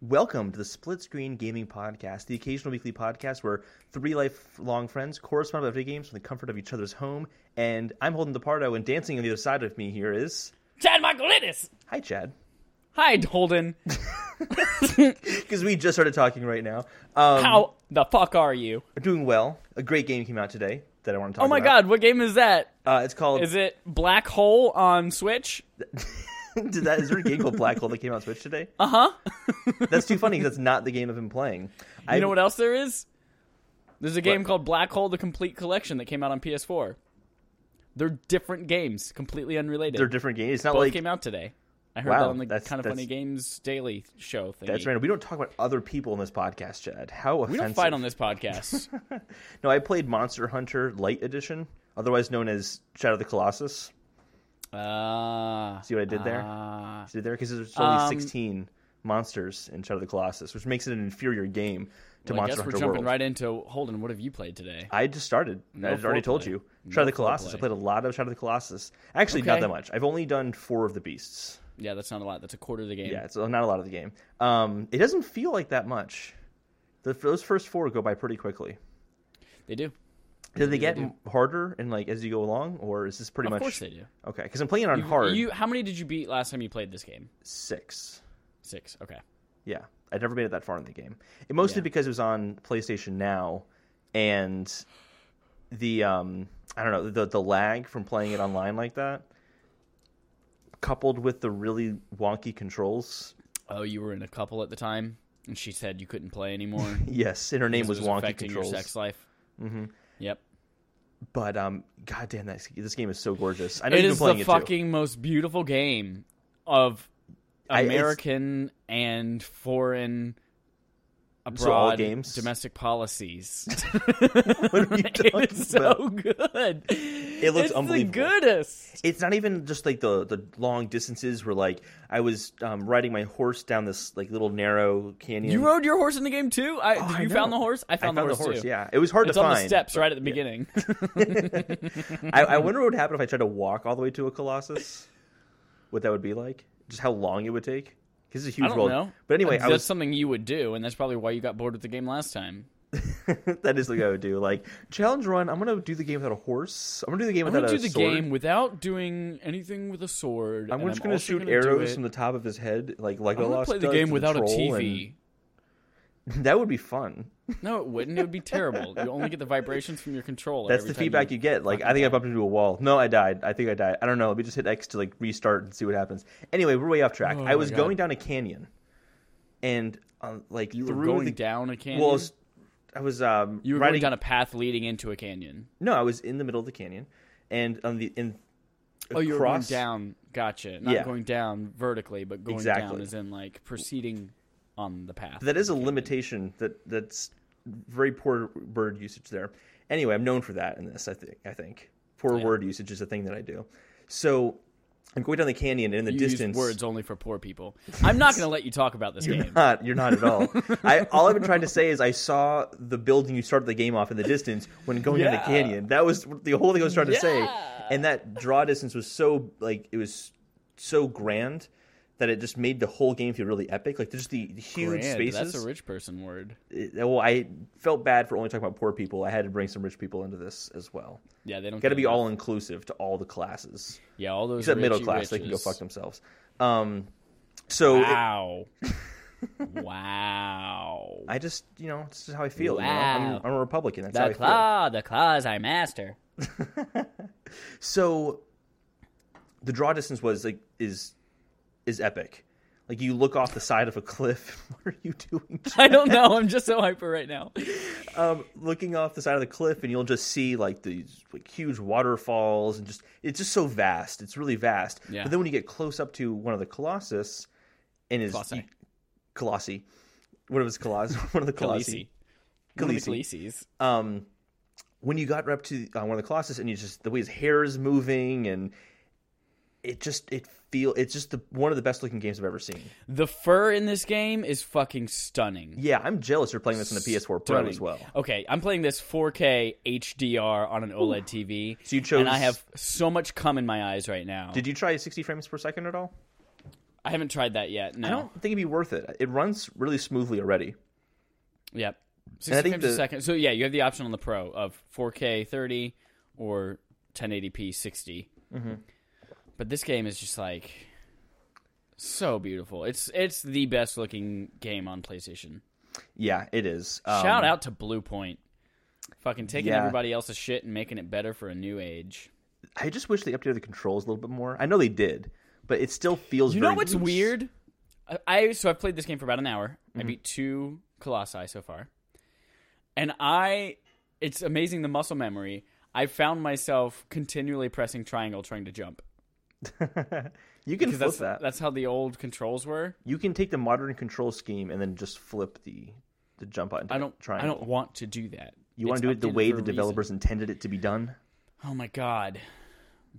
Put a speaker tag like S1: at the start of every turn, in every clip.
S1: Welcome to the Split Screen Gaming Podcast, the occasional weekly podcast where three lifelong friends correspond about video games from the comfort of each other's home. And I'm holding the Pardo, and dancing on the other side of me here is.
S2: Chad Michaelitis.
S1: Hi, Chad.
S2: Hi, Holden.
S1: Because we just started talking right now. Um,
S2: How the fuck are you?
S1: We're doing well. A great game came out today that I want to talk
S2: Oh my
S1: about.
S2: god, what game is that?
S1: god. Uh, it's called.
S2: Is it Black Hole on Switch?
S1: Did that, is there a game called Black Hole that came out on Switch today? Uh huh. that's too funny 'cause that's not the game I've been playing. I
S2: Uh-huh. You know what else there is? There's a game called Black Hole: The Complete Collection that came out on PS4. They're different games, completely unrelated.
S1: They're different games. It's not
S2: Both
S1: like
S2: came out today. I heard
S1: Wow,
S2: that on the
S1: that's-
S2: kind of
S1: that's-
S2: funny games daily show thing.
S1: that's random. We don't talk about other people in this podcast, Chad. How offensive.
S2: We don't fight on this podcast.
S1: No, I played Monster Hunter Light Edition, otherwise known as Shadow of the Colossus.
S2: Ah,
S1: See what I did there?
S2: ah.
S1: See there because there's only
S2: Um,
S1: 16 monsters in Shadow of the Colossus, which makes it an inferior game to
S2: Well, I
S1: Monster
S2: guess we're
S1: Hunter
S2: jumping
S1: World.
S2: right into Holden. What have you played today?
S1: I just started. I had already told
S2: foreplay.
S1: you. Shadow of the Colossus. I
S2: foreplay.
S1: played a lot of Shadow of the Colossus. Actually, not
S2: Okay.
S1: that much. I've only done four of the beasts.
S2: Yeah, that's not a lot. That's a quarter of the game.
S1: Yeah, it's not a lot of the game. Um, it doesn't feel like that much. The, those first four go by pretty quickly.
S2: They do.
S1: Do they get harder and like as you go along, or is this pretty
S2: Of
S1: much?
S2: course they do.
S1: Okay, because I'm playing it on hard
S2: You how many did you beat last time you played this game?
S1: six.
S2: Six. Okay.
S1: Yeah, I'd never made it that far in the game. It mostly
S2: Yeah.
S1: because it was on PlayStation Now, and the um, I don't know the the lag from playing it online like that, coupled with the really wonky controls.
S2: Oh, you were in a couple at the time, and she said you couldn't play anymore.
S1: Yes, and her name
S2: This
S1: was, Wonky
S2: affecting
S1: Controls.
S2: your sex life. Mm-hmm. Yep.
S1: But um, goddamn, that this game is so gorgeous. I know
S2: It
S1: you've been
S2: is the
S1: playing it too.
S2: fucking most beautiful game of
S1: I- it's-
S2: American and foreign
S1: So all
S2: abroad
S1: games?
S2: domestic policies.
S1: What are you talking
S2: it's
S1: about?
S2: so good. It
S1: looks
S2: it's
S1: unbelievable.
S2: The goodest.
S1: it's not even just like the the long distances where like I was um, riding my horse down this like little narrow canyon.
S2: You rode your horse in the game too. I,
S1: Oh,
S2: did
S1: I
S2: you
S1: know.
S2: found the horse. I found,
S1: the horse.
S2: too.
S1: Yeah, it was hard
S2: It's
S1: to
S2: on
S1: find.
S2: the steps
S1: but-
S2: right at the
S1: yeah.
S2: beginning.
S1: I, I wonder what would happen if I tried to walk all the way to a colossus. What that would be like? Just how long it would take? Because it's a huge
S2: I don't
S1: world.
S2: know.
S1: But anyway,
S2: that's
S1: I was
S2: something you would do, and that's probably why you got bored with the game last time.
S1: that is like I would do. Like challenge run. I'm gonna do the game without a horse. I'm gonna do the game
S2: I'm
S1: without
S2: gonna
S1: a
S2: do the
S1: sword.
S2: game without doing anything with a sword.
S1: I'm
S2: and
S1: just gonna
S2: also
S1: shoot
S2: gonna do
S1: arrows
S2: it-
S1: from the top of his head, like
S2: I'm gonna
S1: Legolas
S2: play the
S1: does
S2: game
S1: to
S2: without a
S1: troll,
S2: TV.
S1: and- That would be fun.
S2: No, it wouldn't. It would be terrible. You only get the vibrations from your controller.
S1: That's
S2: every
S1: the
S2: time
S1: feedback you, get. Like, I think I bumped into a wall. No, I died. I think I died. I don't know. Let me just hit X to like restart and see what happens. Anyway, we're way off track. I
S2: Oh my
S1: was
S2: God.
S1: going down a canyon, and um, like
S2: You
S1: through
S2: were going
S1: the
S2: down a canyon.
S1: well, I was, I was um,
S2: you were
S1: riding.
S2: going down a path leading into a canyon.
S1: no, I was in the middle of the canyon, and on the in
S2: Oh, you were going
S1: across
S2: down. Gotcha. Not
S1: Yeah.
S2: going down vertically, but going
S1: Exactly.
S2: down as in like proceeding on the path.
S1: That is a
S2: Okay.
S1: limitation. That that's very poor word usage there. Anyway, I'm known for that in this. I think. I think poor word usage is a thing that I do. So I'm going down the canyon, and in the
S2: You
S1: distance,
S2: use words only for poor people. I'm not going to let you talk about this
S1: You're
S2: game.
S1: not. You're not at all. I all I've been trying to say is I saw the building you started the game off in the distance when going down the
S2: Yeah.
S1: canyon. That was the whole thing I was trying to say.
S2: Yeah.
S1: And that draw distance was so like it was so grand that it just made the whole game feel really epic. Like just the huge
S2: Grand,
S1: spaces.
S2: That's a rich person word.
S1: It- well, I felt bad for only talking about poor people. I had to bring some rich people into this as well.
S2: Yeah, they don't
S1: Got to
S2: get
S1: be
S2: enough.
S1: all inclusive to all the classes
S2: Yeah, all those
S1: except middle
S2: richy
S1: class. They can go
S2: riches.
S1: fuck themselves. Um, so it-
S2: Wow. wow.
S1: Oh, I just, you know, this is how I feel. you know?
S2: Wow.
S1: I'm, I'm a Republican. That's how I
S2: The
S1: feel.
S2: claw, the claws I master.
S1: So the draw distance was like is is epic. Like you look off the side of a cliff. what are you doing?
S2: I don't know. I'm just so hyper right now.
S1: Um, looking off the side of the cliff, and you'll just see like these like huge waterfalls, and just it's just so vast. It's really vast.
S2: Yeah.
S1: But then when you get close up to one of the colossus, and his
S2: Colossi.
S1: colossi, one of his colossi, one of the colossi,
S2: Khaleesi. One of the
S1: Khaleesi.
S2: Khaleesi's.
S1: um, when you got up to uh, one of the colossus and you just the way his hair is moving and it just it feel it's just the one of the best looking games I've ever seen.
S2: The fur in this game is fucking stunning.
S1: Yeah, I'm jealous you're playing this on the PS4 Pro as
S2: Stunning.
S1: well.
S2: Okay, I'm playing this 4K HDR on an E OLED TV.
S1: So you chose-
S2: and I have so much cum in my eyes right now.
S1: Did you try 60 frames per second at all?
S2: I haven't tried that yet. No.
S1: I don't think it'd be worth it. It runs really smoothly already.
S2: Yep.
S1: And I
S2: 60
S1: think
S2: frames per
S1: the-
S2: second. So yeah, you have the option on the Pro of 4K 30 or 1080p 60.
S1: Mm-hmm.
S2: But this game is just like so beautiful. It's it's the best looking game on PlayStation.
S1: Yeah, it is. Um,
S2: Shout out to Blue Point. Fucking taking
S1: yeah.
S2: everybody else's shit and making it better for a new age.
S1: I just wish they updated the controls a little bit more. I know they did, but it still feels.
S2: You know
S1: very
S2: what's
S1: loose.
S2: weird? I- I so I played this game for about an hour. I
S1: Mm-hmm.
S2: beat two colossi so far, and I it's amazing the muscle memory. I found myself continually pressing triangle trying to jump
S1: you can
S2: because
S1: flip
S2: that's
S1: that.
S2: that's how the old controls were.
S1: You can take the modern control scheme and then just flip the the jump button.
S2: I don't
S1: triangle.
S2: I don't want to do that.
S1: You want
S2: It's
S1: to do it the
S2: updated
S1: way
S2: for
S1: the
S2: a reason.
S1: developers intended it to be done?
S2: Oh my god.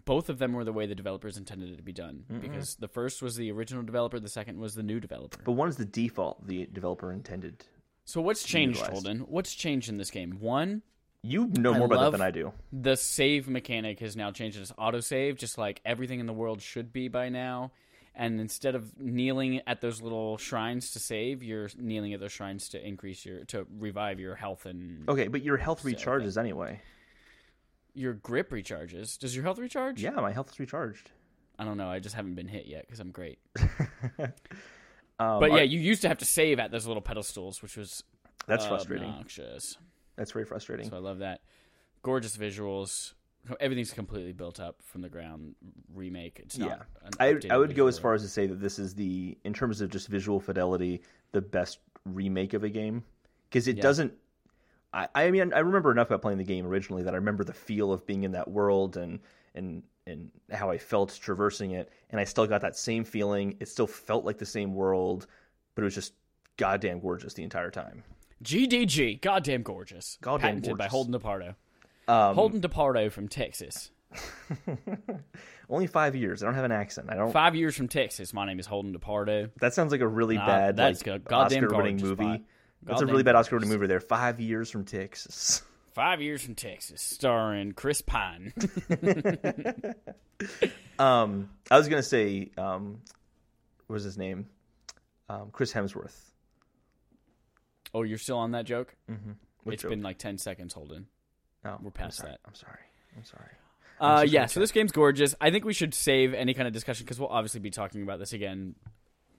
S2: Both of them were the way the developers intended it to be done because the first was the original developer, the second was the new developer.
S1: But one's the default the developer intended.
S2: So what's changed,
S1: utilized.
S2: Holden? What's changed in this game? One,
S1: You know more about
S2: love-
S1: that than I do.
S2: the save mechanic has now changed It's autosave, just like everything in the world should be by now. And instead of kneeling at those little shrines to save, you're kneeling at those shrines to increase your to revive your health and
S1: Okay, but your health recharges anyway.
S2: your grip recharges. Does your health recharge?
S1: Yeah, my health's recharged.
S2: I don't know. I just haven't been hit yet because I'm great.
S1: Um,
S2: but
S1: are-
S2: yeah, you used to have to save at those little pedestals, which was
S1: that's
S2: uh,
S1: frustrating.
S2: obnoxious.
S1: That's very frustrating.
S2: So I love that. Gorgeous visuals. Everything's completely built up from the ground. Remake. It's
S1: yeah,
S2: not. an
S1: I
S2: updated
S1: I would go
S2: visual.
S1: as far as to say that this is the in terms of just visual fidelity, the best remake of a game because it doesn't. I, I mean, I remember enough about playing the game originally that I remember the feel of being in that world and and and how I felt traversing it, and I still got that same feeling. It still felt like the same world, but it was just goddamn gorgeous the entire time.
S2: GDG, goddamn gorgeous.
S1: Goddamn
S2: Patented by
S1: gorgeous.
S2: Holden DePardo.
S1: Um,
S2: Holden DePardo from Texas.
S1: Only five years. I don't have an accent. I don't.
S2: Five years from Texas. My name is Holden DePardo.
S1: That sounds like a really
S2: Nah,
S1: bad
S2: that's
S1: like,
S2: go- goddamn
S1: Oscar-winning
S2: gorgeous,
S1: movie.
S2: Bob.
S1: That's a
S2: Goddamn
S1: really bad Oscar-winning movie. There, five years from Texas.
S2: Five years from Texas, starring Chris Pine.
S1: Um, I was gonna say, um, what was his name? Um, Chris Hemsworth.
S2: oh, you're still on that joke?
S1: What
S2: It's
S1: joke?
S2: been like 10 seconds, Holden.
S1: oh,
S2: we're past
S1: I'm sorry.
S2: that.
S1: I'm sorry. I'm sorry.
S2: Uh,
S1: so
S2: yeah,
S1: sorry,
S2: so this game's gorgeous. I think we should save any kind of discussion because we'll obviously be talking about this again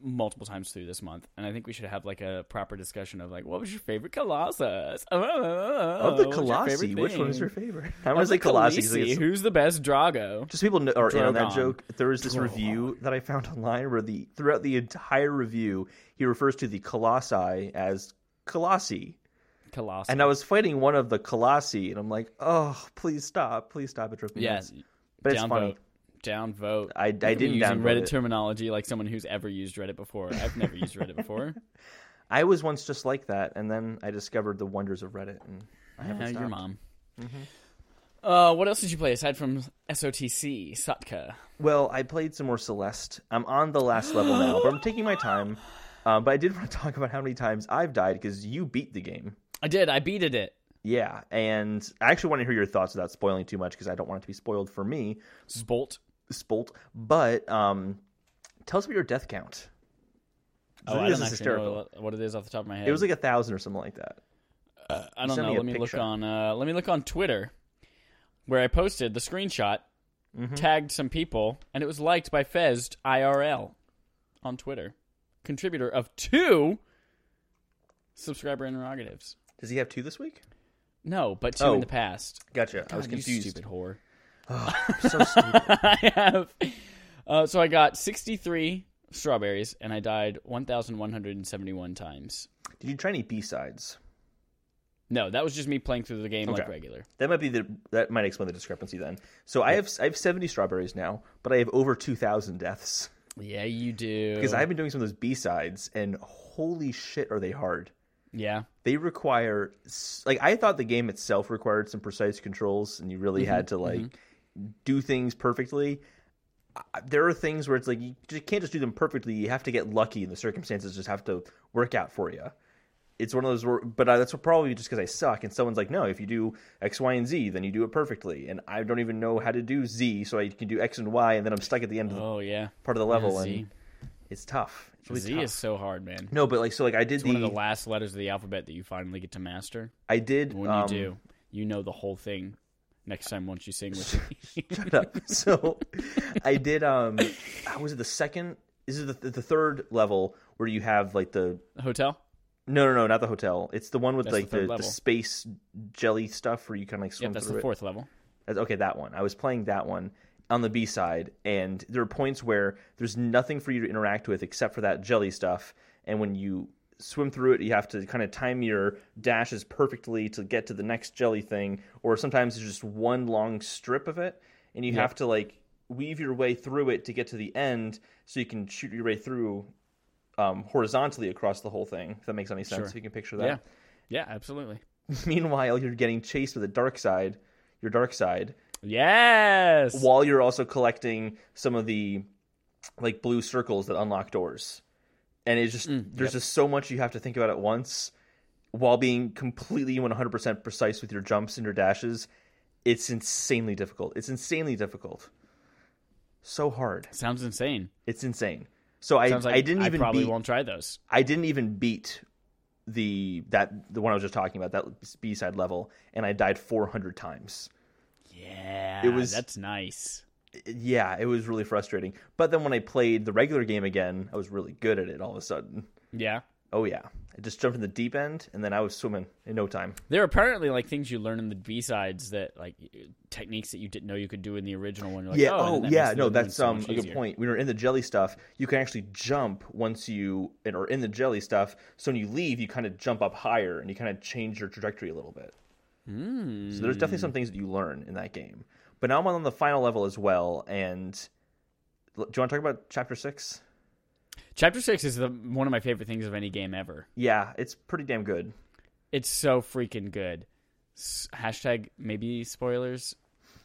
S2: multiple times through this month. And I think we should have like a proper discussion of like, what was your favorite Colossus? Oh,
S1: Of the
S2: what was your
S1: Colossi,
S2: favorite
S1: which one is
S2: thing?
S1: your favorite? I'm
S2: Of
S1: gonna say
S2: the
S1: Colossi. 'cause
S2: Khaleesi,
S1: it's-
S2: Who's the best Drago?
S1: Just so people know, are in on that
S2: Drogon.
S1: joke. There is this review that I found online where the throughout the entire review he refers to the Colossi as Colossi.
S2: Colossus.
S1: And I was fighting one of the Colossi, and I'm like, oh, please stop, please stop. It drove me
S2: Yes.
S1: nuts. But it's funny.
S2: Downvote. Downvote.
S1: I- I
S2: Look at me
S1: didn't
S2: using
S1: downvote
S2: Reddit
S1: it.
S2: terminology like someone who's ever used Reddit before. I've never used Reddit before.
S1: I was once just like that, and then I discovered the wonders of Reddit, and I haven't
S2: Yeah,
S1: stopped. Mm-hmm.
S2: your mom. Uh, what else did you play aside from SOTC Sutka?
S1: Well, I played some more Celeste. I'm on the last level now, but I'm taking my time. Um, but I did want to talk about how many times I've died because you beat the game.
S2: I did. I beated it.
S1: Yeah, and I actually want to hear your thoughts without spoiling too much because I don't want it to be spoiled for me,
S2: Spolt.
S1: Spolt. But um, tell us about your death count.
S2: Oh,
S1: think
S2: I
S1: this
S2: don't
S1: is
S2: actually know what it is off the top of my head.
S1: It was like a thousand or something like that.
S2: I don't
S1: sent uh, me
S2: know.
S1: a
S2: Let me
S1: picture.
S2: look on. Uh, let me look on Twitter, where I posted the screenshot,
S1: Mm-hmm.
S2: tagged some people, and it was liked by Fezd IRL on Twitter, contributor of two subscriber interrogatives.
S1: Does he have two this week?
S2: No, but two
S1: Oh.
S2: in the past.
S1: Gotcha. I was
S2: God, you
S1: confused.
S2: stupid whore.
S1: so stupid.
S2: I have. Uh, so I got sixty-three strawberries, and I died one thousand one hundred and seventy-one times.
S1: Did you try any B sides?
S2: No, that was just me playing through the game like
S1: Okay.
S2: regular.
S1: That might be the that might explain the discrepancy then. So I have I have seventy strawberries now, but I have over two thousand deaths
S2: Yeah, you do.
S1: because I've been doing some of those B sides, and holy shit, are they hard?
S2: yeah.
S1: They require s- like I thought the game itself required some precise controls, and you really had
S2: Mm-hmm,
S1: to like do things perfectly. I- There are things where it's like you just can't just do them perfectly. You have to get lucky, and the circumstances just have to work out for you. It's one of those, where, but I, that's probably just because I suck. And someone's like, "No, if you do X, Y, and Z, then you do it perfectly." And I don't even know how to do Z, so I can do X and Y, and then I'm stuck at the end of the
S2: Oh yeah.
S1: part of the level.
S2: Yeah, Z.
S1: and It's tough. It's really
S2: Z
S1: tough.
S2: is so hard, man.
S1: No, but like so, like I did
S2: It's
S1: the,
S2: one of the last letters of the alphabet that you finally get to master.
S1: I did
S2: But when
S1: um,
S2: you do, you know the whole thing. Next time, once you sing with me,
S1: Shut up. So I did. Um, how was it the second? This is the the third level where you have like the
S2: hotel.
S1: no no no not the hotel. It's the one with
S2: That's the
S1: like
S2: third
S1: the, the,
S2: level.
S1: space jelly stuff where you kind of like swim
S2: Yep, that's
S1: through
S2: the
S1: it.
S2: fourth level.
S1: That's- Okay, that one. I was playing that one on the B side, and there are points where there's nothing for you to interact with except for that jelly stuff. And when you swim through it, you have to kind of time your dashes perfectly to get to the next jelly thing, or sometimes it's just one long strip of it, and you have to like weave your way through it to get to the end so you can shoot your way through um, horizontally across the whole thing. If that makes any sense,
S2: Sure.
S1: if you can picture that.
S2: Yeah, yeah, absolutely.
S1: Meanwhile, you're getting chased with the dark side, your dark side,
S2: Yes.
S1: while you're also collecting some of the like blue circles that unlock doors and it's just
S2: Mm,
S1: there's just so much you have to think about at once while being completely 100% precise with your jumps and your dashes it's insanely difficult it's insanely difficult so hard
S2: Sounds insane.
S1: it's insane so I,
S2: Sounds like
S1: I didn't even
S2: probably
S1: beat,
S2: won't try those.
S1: I didn't even beat the that the one I was just talking about that B side level and I died 400 times
S2: Yeah,
S1: It was-
S2: that's nice.
S1: yeah, it was really frustrating. But then when I played the regular game again, I was really good at it all of a sudden.
S2: Yeah,
S1: Oh yeah. I just jumped in the deep end and then I was swimming in no time.
S2: there are apparently like things you learn in the B sides that like techniques that you didn't know you could do in the original one. You're like,
S1: yeah,
S2: oh,
S1: oh,
S2: and that
S1: yeah,
S2: makes the
S1: no,
S2: other one
S1: that's
S2: so
S1: um
S2: much
S1: a good
S2: easier.
S1: point. When you're in the jelly stuff, you can actually jump once you and or in the jelly stuff, so when you leave you kind of jump up higher and you kind of change your trajectory a little bit.
S2: Hmm.
S1: So there's definitely some things that you learn in that game. But now I'm on the final level as well and do you want to talk about chapter 6?
S2: Chapter six is the one of my favorite things of any game ever.
S1: Yeah, it's pretty damn good.
S2: It's so freaking good. S- hashtag maybe spoilers.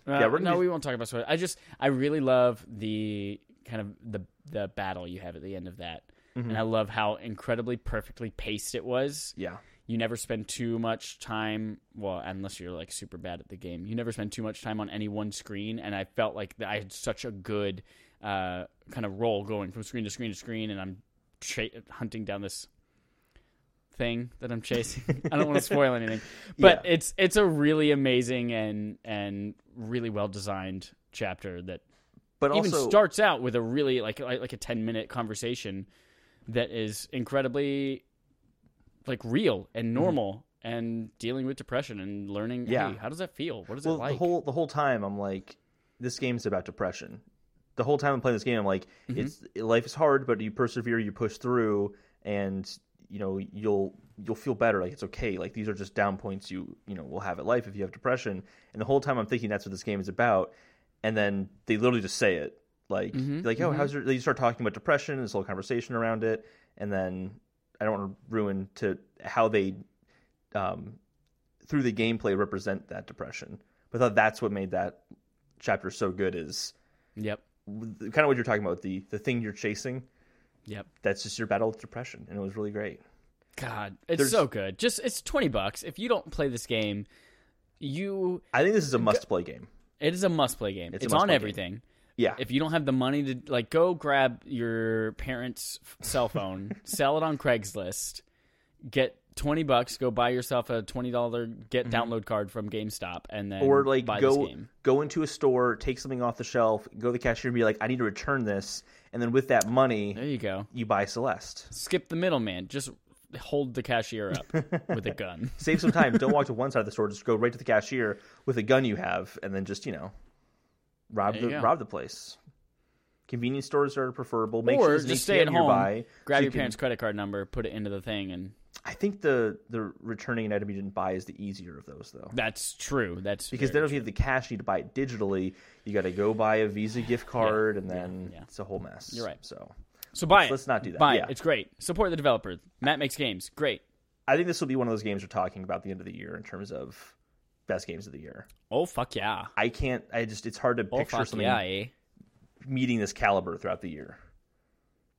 S2: Uh,
S1: Yeah, we're gonna
S2: no,
S1: do-
S2: we won't talk about spoilers. I just I really love the kind of the the battle you have at the end of that,
S1: Mm-hmm.
S2: and I love how incredibly perfectly paced it was.
S1: Yeah.
S2: you never spend too much time well unless you're like super bad at the game you never spend too much time on any one screen and i felt like that i had such a good uh, kind of roll going from screen to screen to screen and i'm tra- hunting down this thing that i'm chasing i don't want to spoil anything but it's it's a really amazing and and really well designed chapter that
S1: But
S2: even
S1: also
S2: starts out with a really like like like a 10 minute conversation that is incredibly like real and normal and dealing with depression and learning
S1: Mm-hmm. Yeah.
S2: hey, how does that feel what is
S1: well,
S2: it like
S1: the whole the whole time I'm like, this game's about depression. The whole time I'm playing this game, I'm like,
S2: Mm-hmm.
S1: it's life is hard, but you persevere, you push through, and you know you'll you'll feel better. Like it's okay. Like these are just down points you you know will have at life if you have depression. And the whole time I'm thinking that's what this game is about, and then they literally just say it like
S2: Mm-hmm.
S1: like oh how's your? They start talking about depression, this whole conversation around it, and then I don't want to ruin to how they um, through the gameplay represent that depression. But I thought that's what made that chapter so good is
S2: yep
S1: kind of what you're talking about the the thing you're chasing.
S2: yep
S1: That's just your battle with depression, and it was really great.
S2: god it's
S1: There's-
S2: so good just it's 20 bucks if you don't play this game you
S1: I think this is a must play game.
S2: it is a must play game
S1: It's
S2: it's,
S1: a must-play
S2: on
S1: game.
S2: everything
S1: Yeah,
S2: if you don't have the money to like go grab your parents f- cell phone sell it on craigslist get 20 bucks go buy yourself a $20 get download card from gamestop and then
S1: Mm-hmm. or like
S2: buy
S1: go
S2: this game
S1: go into a store, take something off the shelf, go to the cashier and be like, I need to return this, and then with that money,
S2: there you go
S1: you buy Celeste.
S2: skip the middleman just hold the cashier up with a gun
S1: Save some time. Don't walk to one side of the store. Just go right to the cashier with a gun you have, and then just you know, rob
S2: There
S1: the
S2: you go.
S1: rob the place. Convenience stores are preferable. Make
S2: or
S1: sure there's an
S2: just stay at
S1: ATM
S2: home
S1: nearby.
S2: grab
S1: so you
S2: your
S1: can-
S2: parents credit card number put it into the thing and
S1: I think the the returning an item you didn't buy is the easier of those though,
S2: that's true that's
S1: because
S2: very
S1: then if you have the cash you need to buy it digitally, you got to go buy a Visa gift card, and then
S2: yeah.
S1: it's a whole mess.
S2: You're right.
S1: So
S2: so buy it
S1: let's not do that.
S2: buy
S1: Yeah.
S2: it it's great support the developer matt makes games great
S1: I think this will be one of those games we're talking about at the end of the year in terms of best games of the year.
S2: oh fuck yeah
S1: I can't. I just it's hard to
S2: oh
S1: picture
S2: fuck
S1: something
S2: yeah eh?
S1: meeting this caliber throughout the year.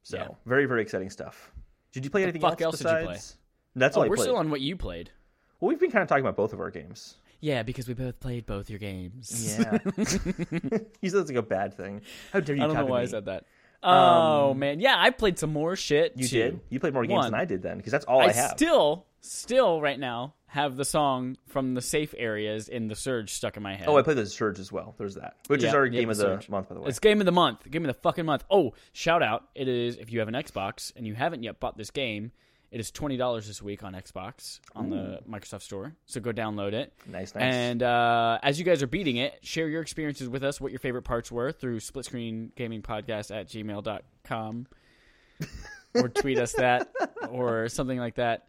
S1: So
S2: Yeah.
S1: very very exciting stuff. Did you play anything
S2: fuck
S1: else
S2: else did you
S1: besides?
S2: play?
S1: That's all
S2: Oh,
S1: I
S2: we're
S1: played.
S2: still on what you played.
S1: Well, we've been kind of talking about both of our games.
S2: Yeah, because we both played both your games.
S1: Yeah. you said it's like a bad thing. How dare you
S2: I don't know
S1: copy
S2: why
S1: me. Um,
S2: I said that. Oh man, yeah, I played some more shit.
S1: You
S2: too.
S1: did. You played more games
S2: One.
S1: than I did then, because that's all I,
S2: I
S1: have.
S2: still, still right now have the song from the safe areas in the surge stuck in my head.
S1: Oh, I played the Surge as well. There's that, which is
S2: Yeah,
S1: our
S2: yeah,
S1: game
S2: The
S1: of the
S2: Surge.
S1: month, by the way.
S2: It's game of the month. Game of the fucking month. Oh, shout out. It is if you have an Xbox and you haven't yet bought this game, it is twenty dollars this week on Xbox on the Microsoft Store. So go download it.
S1: Nice, nice.
S2: And uh, as you guys are beating it, share your experiences with us, what your favorite parts were through split screen gaming podcast at gmail.com or tweet us that or something like that.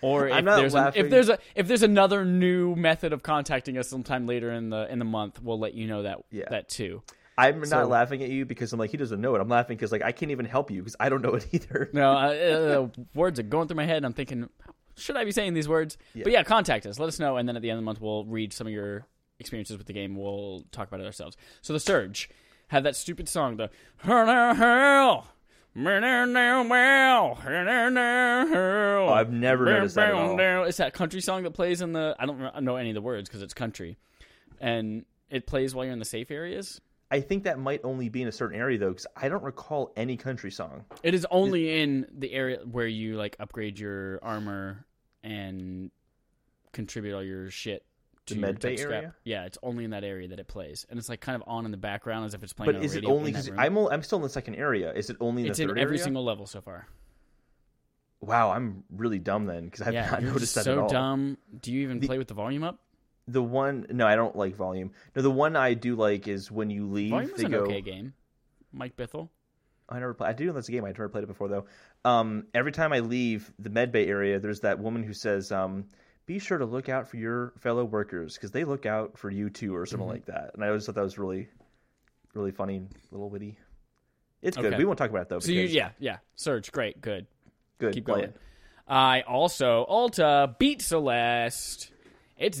S2: Or if
S1: I'm not
S2: there's, an, if
S1: laughing.
S2: there's a if there's another new method of contacting us sometime later in the in the month, we'll let you know that
S1: Yeah.
S2: that too.
S1: I'm
S2: so-
S1: not laughing at you because I'm like he doesn't know it. I'm laughing because like I can't even help you because I don't know it either.
S2: No, I, uh, words are going through my head. And I'm thinking, should I be saying these words? But yeah, contact us. Let us know, and then at the end of the month, we'll read some of your experiences with the game. We'll talk about it ourselves. So the surge had that stupid song, the I've
S1: Oh, never noticed that at all.
S2: It's that country song that plays in the. I don't re- know any of the words because it's country, and it plays while you're in the safe areas.
S1: I think that might only be in a certain area though, because I don't recall any country song.
S2: It is only in the area where you like upgrade your armor and contribute all your shit to
S1: The
S2: your
S1: med bay
S2: tech scrap.
S1: area?
S2: Yeah, it's only in that area that it plays, and it's like kind of on in the background as if it's playing.
S1: But
S2: on a
S1: is it
S2: radio in
S1: only
S2: that
S1: because
S2: room.
S1: I'm o- I'm still in the second area? Is it only in
S2: It's
S1: the
S2: in
S1: third
S2: every
S1: area?
S2: single level so far.
S1: Wow, I'm really dumb then because I've
S2: yeah,
S1: not
S2: you're
S1: noticed
S2: just
S1: that
S2: so
S1: at all.
S2: dumb. Do you even
S1: The-
S2: play with the volume up?
S1: The one no, I don't like volume. No, the one I do like is when you leave.
S2: Volume is
S1: they
S2: an
S1: go.
S2: okay game. Mike Bithell.
S1: I never play. I do know that's a game. I never played it before though. Um, every time I leave the med bay area, there's that woman who says, um, "Be sure to look out for your fellow workers because they look out for you too," or
S2: Mm-hmm.
S1: something like that. And I always thought that was really, really funny, and a little witty. It's good.
S2: Okay.
S1: We won't talk about it though.
S2: So you,
S1: because-
S2: yeah, yeah. Surge, great, good.
S1: good.
S2: Keep
S1: play
S2: going.
S1: it.
S2: I also Alta beat Celeste. It's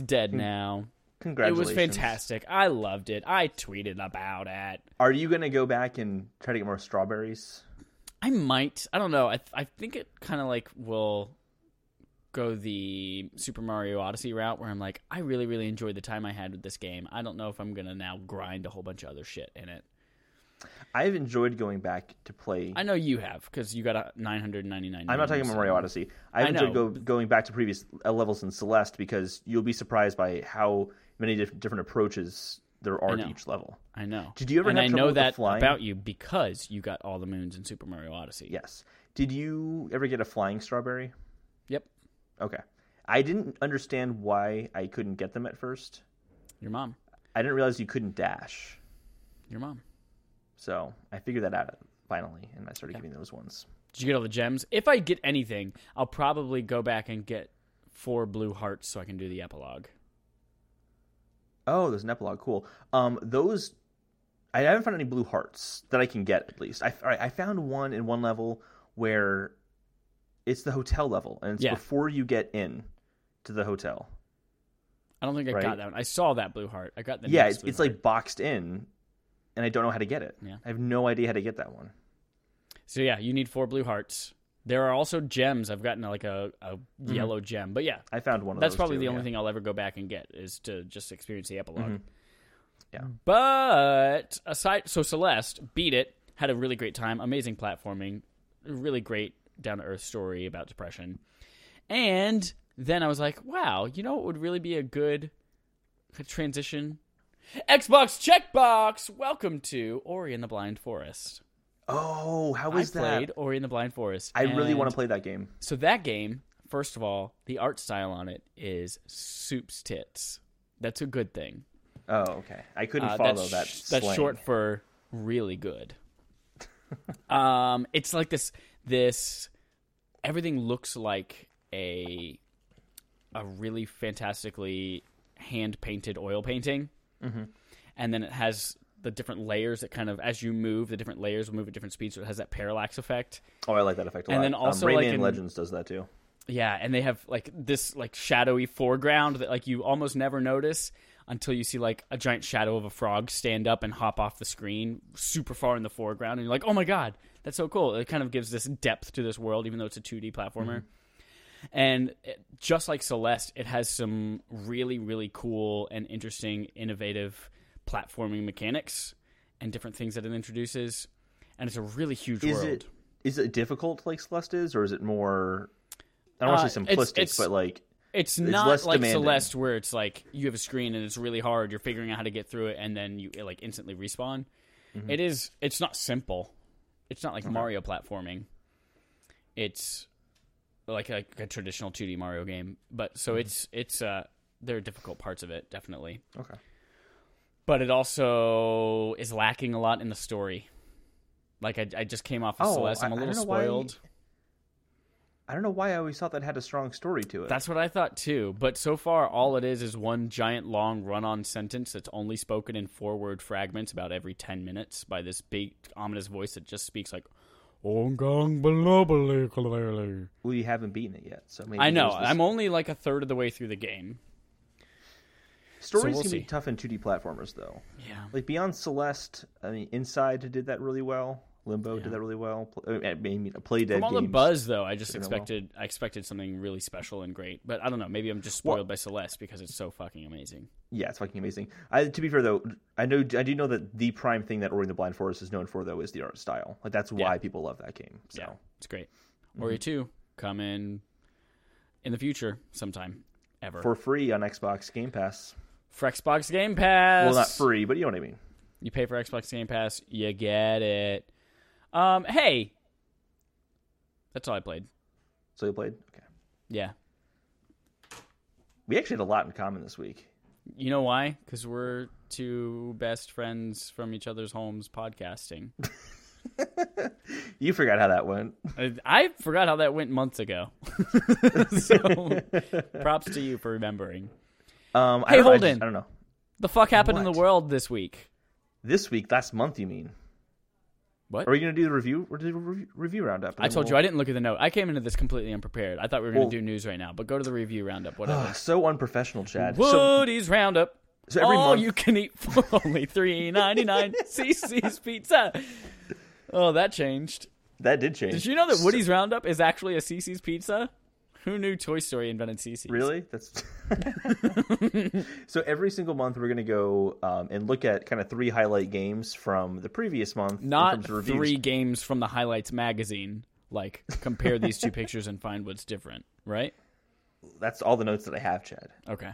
S2: dead now. It was
S1: Congratulations.
S2: fantastic. I loved it. I tweeted about it.
S1: Are you gonna go back and try to get more strawberries?
S2: I might. I don't know. I, I think it kind of like will go the Super Mario Odyssey route where I'm like, I really, really enjoyed the time I had with this game. I don't know if I'm going to now grind a whole bunch of other shit in it.
S1: I've enjoyed going back to play.
S2: I know you have because you got a 999.
S1: I'm not talking about Mario Odyssey. I've
S2: I
S1: enjoyed go,
S2: know.
S1: going back to previous uh, levels in Celeste because you'll be surprised by how many diff- different approaches there are
S2: know.
S1: to each level.
S2: I know.
S1: Did you ever
S2: And
S1: have
S2: I
S1: trouble
S2: know
S1: with the
S2: that
S1: flying?
S2: about you because you got all the moons in Super Mario Odyssey.
S1: Yes. Did you ever get a flying strawberry?
S2: Yep.
S1: Okay. I didn't understand why I couldn't get them at first.
S2: Your mom.
S1: I didn't realize you couldn't dash.
S2: Your mom.
S1: So I figured that out finally, and I started getting those ones.
S2: Did you get all the gems? If I get anything, I'll probably go back and get four blue hearts so I can do the epilogue.
S1: Oh, there's an epilogue. Cool. Um, those I haven't found any blue hearts that I can get at least. I all right, I found one in one level where it's the hotel level, and it's
S2: Yeah.
S1: before you get in to the hotel.
S2: I don't think I
S1: Right?
S2: got that one. I saw that blue heart. I got the
S1: yeah,
S2: next
S1: it's,
S2: blue
S1: it's
S2: heart.
S1: like boxed in, and I don't know how to get it.
S2: Yeah.
S1: I have no idea how to get that one.
S2: so. Yeah, you need four blue hearts. There are also gems. I've gotten uh, like a, a
S1: Mm-hmm.
S2: yellow gem, but yeah,
S1: I found one. of
S2: that's
S1: those
S2: probably
S1: too,
S2: the only
S1: yeah.
S2: thing I'll ever go back and get is to just experience the epilog
S1: Mm-hmm. Yeah.
S2: But aside, so Celeste beat it. Had a really great time. Amazing platforming. Really great down to earth story about depression. And then I was like, wow, you know what would really be a good transition? Xbox checkbox. Welcome to Ori and the Blind Forest.
S1: Oh, how
S2: I
S1: is that?
S2: played Ori in the Blind Forest.
S1: I really want to
S2: and-
S1: play that game.
S2: So that game, first of all, the art style on it is soup's tits. That's a good thing.
S1: Oh, okay. I couldn't
S2: Uh,
S1: follow
S2: that's
S1: that.
S2: sh- that's
S1: slang.
S2: short for really good. um, it's like this. This everything looks like a a really fantastically hand painted oil painting,
S1: Mm-hmm.
S2: and then it has the different layers that kind of as you move, the different layers will move at different speeds, so it has that parallax effect.
S1: Oh, I like that effect a
S2: And
S1: lot.
S2: then also,
S1: um,
S2: like,
S1: Rayman
S2: in-
S1: Legends does that too.
S2: Yeah, and they have like this like shadowy foreground that like you almost never notice until you see like a giant shadow of a frog stand up and hop off the screen super far in the foreground and you're like, "Oh my god, that's so cool." It kind of gives this depth to this world even though it's a 2D platformer.
S1: Mm-hmm.
S2: And it, just like Celeste, it has some really really cool and interesting innovative platforming mechanics and different things that it introduces. and it's a really huge
S1: Is
S2: world.
S1: it is it difficult like Celeste is, or is it more? I don't want to
S2: Uh,
S1: say
S2: it's-
S1: simplistic,
S2: it's-
S1: but like
S2: It's not
S1: less
S2: like
S1: demanding.
S2: Celeste, where it's like you have a screen and it's really hard. You're figuring out how to get through it, and then you it, like instantly respawn.
S1: Mm-hmm.
S2: It is. It's not simple. It's not like Mario platforming. It's like a, a traditional 2D Mario game, but so
S1: Mm-hmm.
S2: it's it's uh there are difficult parts of it definitely,
S1: okay,
S2: but it also is lacking a lot in the story. Like I, I just came off of
S1: Oh,
S2: Celeste. I'm
S1: I-
S2: a
S1: I
S2: little
S1: don't know why-
S2: spoiled.
S1: I don't know why I always thought that had a strong story to it.
S2: That's what I thought too. But so far, all it is is one giant long run on sentence that's only spoken in four word fragments about every 10 minutes by this big, ominous voice that just speaks like, "Ongang balobali kalele."
S1: we haven't beaten it yet, so maybe
S2: I know.
S1: there's this-
S2: I'm only like a third of the way through the game.
S1: stories
S2: we'll
S1: can
S2: see.
S1: be tough in 2D platformers though.
S2: Yeah.
S1: Like beyond Celeste, I mean, Inside did that really well. Limbo did that really well. Pl- uh, I mean, Play Dead
S2: From all the
S1: games.
S2: buzz, though, I just
S1: Did it well.
S2: expected I expected something really special and great. But I don't know. Maybe I'm just spoiled
S1: Well-
S2: by Celeste because it's so fucking amazing.
S1: Yeah, it's fucking amazing. I, to be fair though, I know I do know that the prime thing that Ori and the Blind Forest is known for though is the art style. Like that's why people love that game. So
S2: Yeah, it's great. Ori 2 coming in the future sometime ever
S1: for free on Xbox Game Pass.
S2: for Xbox Game Pass.
S1: Well, not free, but you know what I mean.
S2: You pay for Xbox Game Pass, you get it. Um, hey, that's all I played.
S1: So you played. Okay,
S2: Yeah,
S1: we actually had a lot in common this week.
S2: you know why? Because we're two best friends from each other's homes podcasting.
S1: You forgot how that went.
S2: I, I forgot how that went months ago. so, props to you for remembering.
S1: Um,
S2: Hey,
S1: I don't, know, I,
S2: Holden.
S1: just- I don't know.
S2: The fuck happened in
S1: What?
S2: the world this week?
S1: This week, last month, you mean?
S2: What?
S1: Are we gonna do the review or do the re- review roundup?
S2: I told you I didn't look at the note. I came into this completely unprepared. I thought we were going
S1: Well-
S2: to do news right now, but go to the review roundup, whatever.
S1: so unprofessional, Chad. So,
S2: Woody's Roundup.
S1: so every
S2: all
S1: month,
S2: you can eat for only three ninety nine CC's Pizza. Oh, that changed.
S1: that did change.
S2: Did you know that Woody's Roundup is actually a CC's Pizza? Who knew Toy Story invented CC's?
S1: Really? That's so. Every single month, we're going to go um, and look at kind of three highlight games from the previous month. in
S2: Not
S1: terms of reviews.
S2: three games from the highlights magazine. Like compare these two pictures and find what's different, right?
S1: That's all the notes that I have, Chad.
S2: Okay.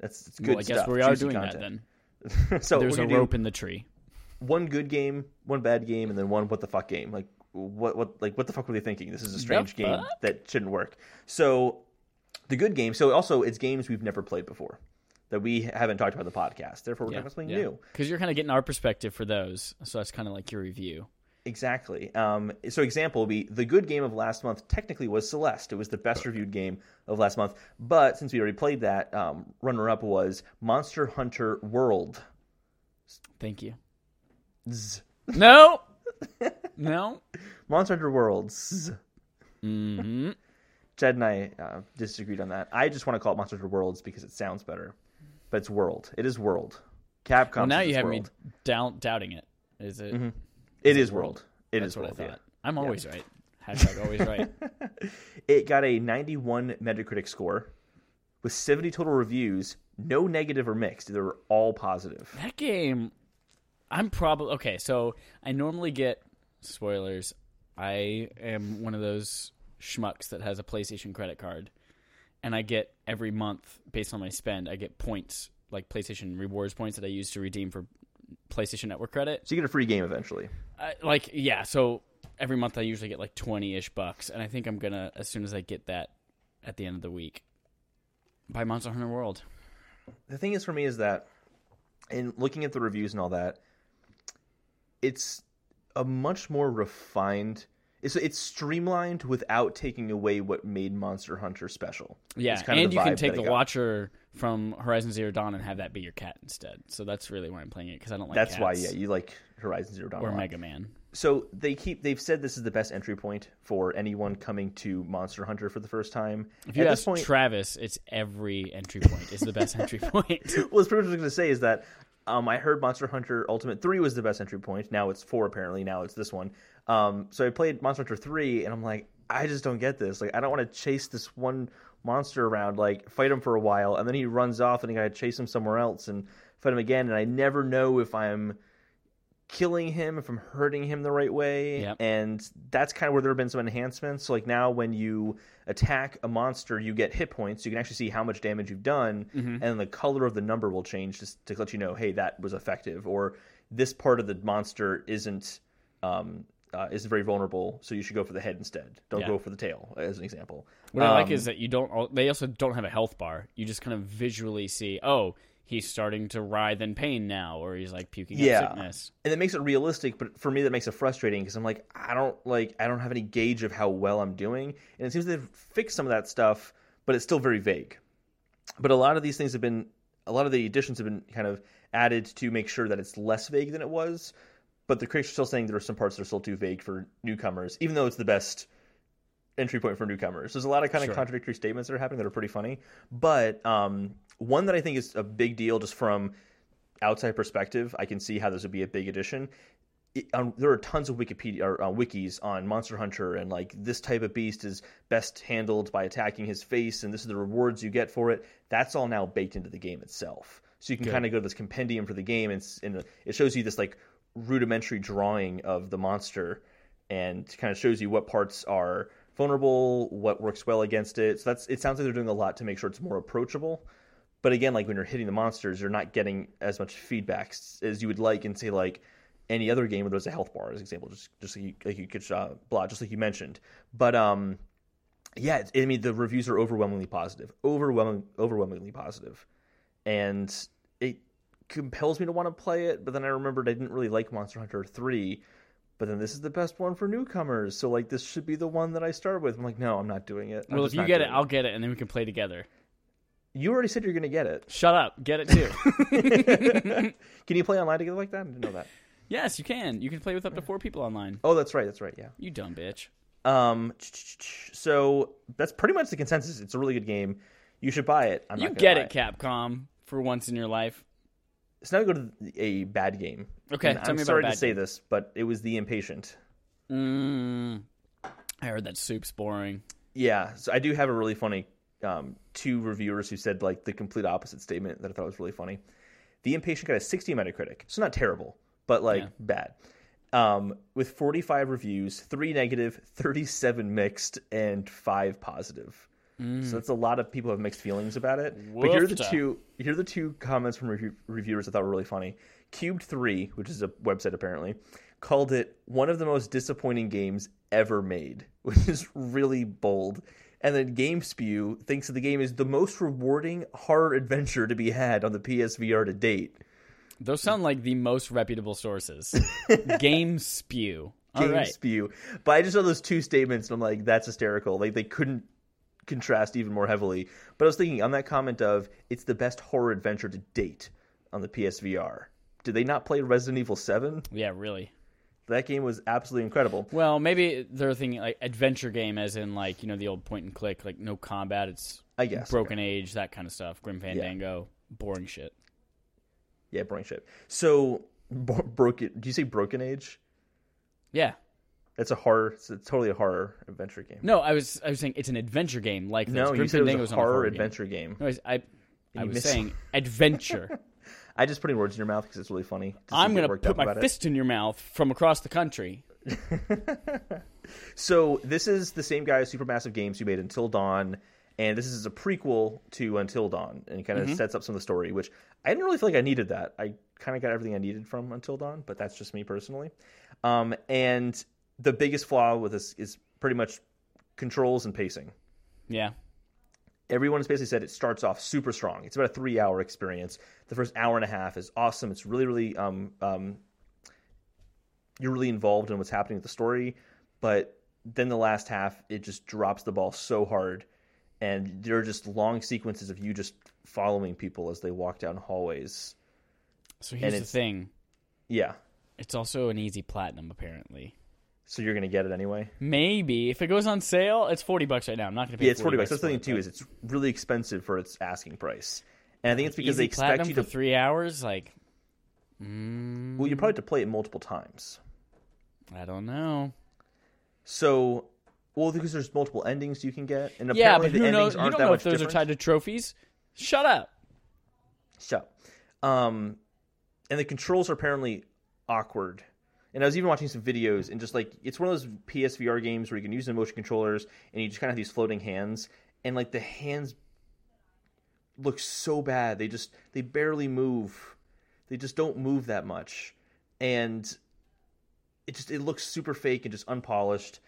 S1: That's, that's good
S2: Well, I guess
S1: stuff.
S2: we are
S1: Juicy
S2: doing that
S1: content.
S2: then.
S1: then. so
S2: There's
S1: we're
S2: a
S1: gonna do
S2: rope in the tree.
S1: one good game, one bad game, and then one what the fuck game. Like what what like what the fuck were they thinking? This is a strange game
S2: fuck?
S1: that shouldn't work. So the good game. So also it's games we've never played before that we haven't talked about in the podcast. Therefore, we're talking about something new.
S2: Because you're kind of getting our perspective for those, so that's kind of like your review.
S1: Exactly. Um, so, example would be the good game of last month technically was Celeste. It was the best reviewed game of last month. But since we already played that, um, runner up was Monster Hunter World.
S2: Thank you.
S1: Zzz.
S2: No, no.
S1: Monster Hunter World. Zzz.
S2: hmm
S1: Jed and I uh, disagreed on that. I just want to call it Monster Hunter Worlds because it sounds better. But it's World. It is World. Capcom.
S2: Well, now
S1: says
S2: you
S1: it's
S2: have
S1: World.
S2: me doubt, doubting it. Is it?
S1: It is World. It
S2: That's
S1: is
S2: what I
S1: World.
S2: thought.
S1: yeah.
S2: I'm always right. Hashtag always right.
S1: It got a 91 Metacritic score with 70 total reviews, no negative or mixed. They were all positive.
S2: that game, I'm probably okay. So I normally get spoilers. I am one of those schmucks that has a PlayStation credit card, and I get every month based on my spend. I get points like PlayStation rewards points that I use to redeem for PlayStation Network credit.
S1: So you get a free game eventually.
S2: I, like yeah so every month i usually get like 20ish bucks and i think i'm gonna as soon as i get that at the end of the week buy monster hunter world
S1: The thing is for me is that in looking at the reviews and all that, it's a much more refined it's it's streamlined without taking away what made Monster Hunter special.
S2: yeah
S1: It's kind of
S2: and
S1: the
S2: you can
S1: vibe
S2: take
S1: that
S2: the
S1: I got.
S2: watcher from horizon zero dawn and have that be your cat instead so that's really why i'm playing it because i don't like
S1: That's why
S2: cats
S1: yeah, you like Horizon Zero Dawn. a
S2: or
S1: lot.
S2: mega man
S1: so they keep they've said this is the best entry point for anyone coming to Monster Hunter for the first time.
S2: if you
S1: At
S2: ask
S1: this point,
S2: travis it's every entry point is the best entry point
S1: well, that's pretty much what I was going to say is that um, I heard Monster Hunter Ultimate 3 was the best entry point. Now it's 4, apparently. Now it's this one. Um, so I played Monster Hunter 3, and I'm like, I just don't get this. Like, I don't want to chase this one monster around, like, fight him for a while, and then he runs off, and I got to chase him somewhere else and fight him again. And I never know if I'm killing him and from hurting him the right way.
S2: Yep.
S1: And that's kind of where there have been some enhancements. So like now when you attack a monster, you get hit points. You can actually see how much damage you've done,
S2: Mm-hmm.
S1: and the color of the number will change just to let you know, hey, that was effective, or this part of the monster isn't um, uh, is very vulnerable, so you should go for the head instead. Don't
S2: Yeah.
S1: go for the tail, as an example.
S2: What I like
S1: Um,
S2: is that you don't. al- They also don't have a health bar. You just kind of visually see. Oh, he's starting to writhe in pain now, or he's like puking
S1: Yeah.
S2: up sickness.
S1: and it makes it realistic but for me that makes it frustrating because i'm like i don't like i don't have any gauge of how well i'm doing and it seems they've fixed some of that stuff but it's still very vague but a lot of these things have been a lot of the additions have been kind of added to make sure that it's less vague than it was but the critics are still saying there are some parts that are still too vague for newcomers even though it's the best entry point for newcomers there's a lot of kind of
S2: Sure.
S1: contradictory statements that are happening that are pretty funny but um, one that i think is a big deal just from outside perspective, I can see how this would be a big addition. It- um, there are tons of Wikipedia or, uh, wikis on Monster Hunter and like this type of beast is best handled by attacking his face, and this is the rewards you get for it. That's all now baked into the game itself, so you can kind of go to this compendium for the game, and, s- and it shows you this like rudimentary drawing of the monster, and kind of shows you what parts are vulnerable, what works well against it. So that's it sounds like they're doing a lot to make sure it's more approachable but again like when you're hitting the monsters you're not getting as much feedback s- as you would like in say like any other game where there's a health bar as an example just just like you, like you could uh, blah just like you mentioned but um yeah it's, i mean the reviews are overwhelmingly positive overwhelming overwhelmingly positive and it compels me to want to play it but then i remembered i didn't really like monster hunter 3 but then this is the best one for newcomers so like this should be the one that i start with i'm like no i'm not doing it I'm
S2: Well,
S1: just
S2: if you
S1: not
S2: get it,
S1: doing
S2: I'll get it, and then we can play together.
S1: you already said you're gonna get it
S2: Shut up. Get it too.
S1: Can you play online together like that? I didn't know that.
S2: yes, you can. You can play with up to four people online.
S1: Oh, that's right. That's right. Yeah.
S2: You dumb bitch.
S1: Um. So that's pretty much the consensus. It's a really good game. You should buy it. I'm
S2: You
S1: not gonna
S2: get
S1: buy
S2: it, Capcom. For once in your life.
S1: So now we go to a bad game.
S2: Okay,
S1: And
S2: tell
S1: I'm
S2: me about
S1: sorry
S2: a
S1: to
S2: bad
S1: say this, but it was the impatient.
S2: Mm, I heard that soup's boring.
S1: Yeah. So I do have a really funny um, two reviewers who said like the complete opposite statement that I thought was really funny. The impatient got a 60 Metacritic, so not terrible, but like
S2: Yeah.
S1: bad. Um, with 45 reviews, three negative, 37 mixed, and five positive. So that's a lot of people have mixed feelings about it. But here are the
S2: Woofta.
S1: two. Here are the two comments from revu- reviewers I thought were really funny. Cubed Three, which is a website apparently, called it one of the most disappointing games ever made, which is really bold. And then GameSpew thinks that the game is the most rewarding horror adventure to be had on the PSVR to date.
S2: Those sound like the most reputable sources. Game spew. All
S1: Game
S2: right.
S1: spew. But I just saw those two statements and I'm like, that's hysterical. Like they couldn't contrast even more heavily. But I was thinking on that comment of it's the best horror adventure to date on the PSVR. Did they not play Resident Evil Seven?
S2: Yeah, really.
S1: That game was absolutely incredible.
S2: Well, maybe they're thinking like adventure game, as in like you know the old point and click, like no combat. It's
S1: I guess.
S2: Broken Age, that kind of stuff. Grim Fandango, boring shit.
S1: Yeah, boring shit. So bro- broken. Do you say Broken Age?
S2: Yeah.
S1: That's a horror. It's a, totally a horror adventure game.
S2: No, I was I was saying it's an adventure game. Like
S1: No,
S2: those.
S1: you
S2: Grim
S1: said it was
S2: Fandango's
S1: a
S2: not
S1: horror,
S2: horror game.
S1: adventure game.
S2: No, I was- I, I was
S1: missed-
S2: saying adventure.
S1: I just putting words in your mouth because it's really funny. to see
S2: I'm
S1: you get
S2: gonna
S1: worked
S2: put
S1: up
S2: my
S1: about it.
S2: fist in your mouth from across the country.
S1: So this is the same guy, Supermassive Games, who made Until Dawn, and this is a prequel to Until Dawn, and kind of sets up some of the story. Which I didn't really feel like I needed that. I kind of got everything I needed from Until Dawn, but that's just me personally. Um, and the biggest flaw with this is pretty much controls and pacing
S2: Yeah.
S1: everyone's basically said it starts off super strong. It's about a three hour experience. The first hour and a half is awesome. It's really, really, um, um, you're really involved in what's happening with the story. But then the last half, it just drops the ball so hard. And there are just long sequences of you just following people as they walk down hallways.
S2: So here's the
S1: it's-
S2: thing.
S1: Yeah.
S2: It's also an easy platinum apparently.
S1: So you're going to get it anyway.
S2: Maybe if it goes on sale, it's forty bucks right now. I'm not gonna pay.
S1: Yeah, it's 40 bucks. That's
S2: for
S1: the thing,
S2: it,
S1: too,
S2: but
S1: is it's really expensive for its asking price. And I think it's because
S2: easy
S1: they expect
S2: platinum
S1: you to.
S2: for three hours. Like
S1: well, you probably have to play it multiple times.
S2: I don't know.
S1: So, well, because there's multiple endings you can get, and
S2: Yeah,
S1: apparently
S2: but
S1: the
S2: who
S1: endings
S2: knows? You
S1: aren't
S2: don't
S1: that
S2: know
S1: much
S2: if those
S1: different.
S2: are tied to trophies. Shut up.
S1: So, um, and the controls are apparently awkward. And I was even watching some videos, and just like it's one of those PSVR games where you can use the motion controllers, and you just kind of have these floating hands, and like the hands look so bad. They just they barely move. They just don't move that much, and it just it looks super fake and just unpolished.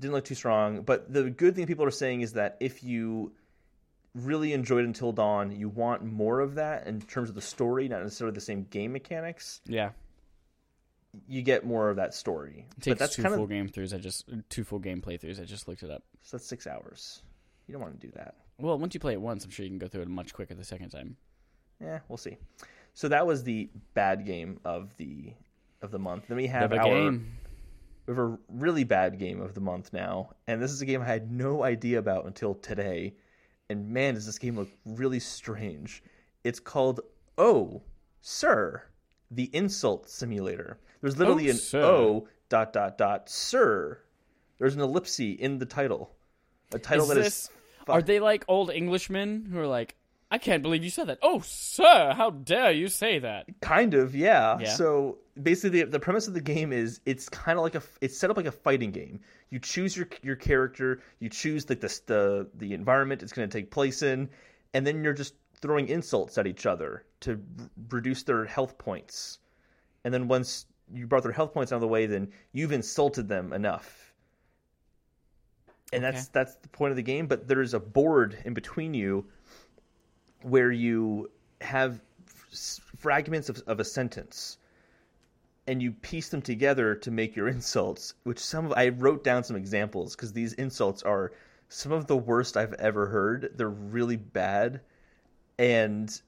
S1: Didn't look too strong. But the good thing people are saying is that if you really enjoyed Until Dawn, you want more of that in terms of the story, not necessarily the same game mechanics.
S2: Yeah.
S1: You get more of that story.
S2: It
S1: but
S2: takes
S1: that's
S2: two
S1: kind
S2: full
S1: of
S2: game throughs. I just two full game playthroughs. I just looked it up.
S1: so that's six hours. You don't want to do that.
S2: Well, once you play it once, I'm sure you can go through it much quicker the second time.
S1: Yeah, we'll see. So that was the bad game of the of the month. Then we have
S2: Another
S1: our
S2: game.
S1: we have a really bad game of the month now, and this is a game I had no idea about until today. And man, does this game look really strange! It's called Oh, Sir, the Insult Simulator. There's literally
S2: Oh,
S1: an
S2: sir.
S1: O dot dot dot Sir. There's an ellipsis in the title, a title
S2: Is
S1: that is
S2: this-
S1: fu-
S2: Are they like old Englishmen who are like, I can't believe you said that. Oh, sir, how dare you say that?
S1: kind of yeah.
S2: Yeah.
S1: So basically, the, the premise of the game is it's kind of like a it's set up like a fighting game. You choose your your character, you choose like the the the environment it's going to take place in, and then you're just throwing insults at each other to r- reduce their health points. And then once you brought their health points out of the way, then you've insulted them enough. And that's that's the point of the game. But there is a board in between you where you have s- fragments of, of a sentence and you piece them together to make your insults which some of i wrote down some examples because these insults are some of the worst i've ever heard they're really bad and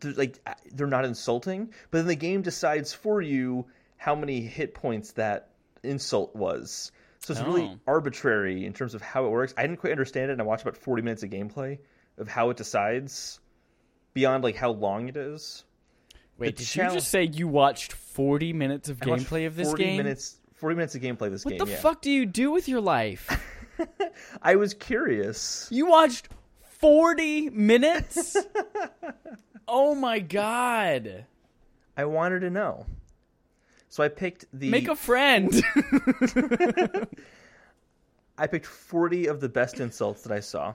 S1: they're like I- they're not insulting but then the game decides for you how many hit points that insult was so it's really
S2: Oh.
S1: arbitrary in terms of how it works i didn't quite understand it and i watched about 40 minutes of gameplay of how it decides beyond like how long it is
S2: Wait,
S1: The
S2: did
S1: challenge-
S2: you just say you watched 40 minutes of
S1: I watched
S2: gameplay of this
S1: 40
S2: game?
S1: minutes 40 minutes of gameplay of this
S2: what
S1: game
S2: the
S1: yeah.
S2: fuck do you do with your life?
S1: i was curious
S2: You watched 40 minutes? oh my god.
S1: i wanted to know so i picked the
S2: Make a friend.
S1: i picked 40 of the best insults that i saw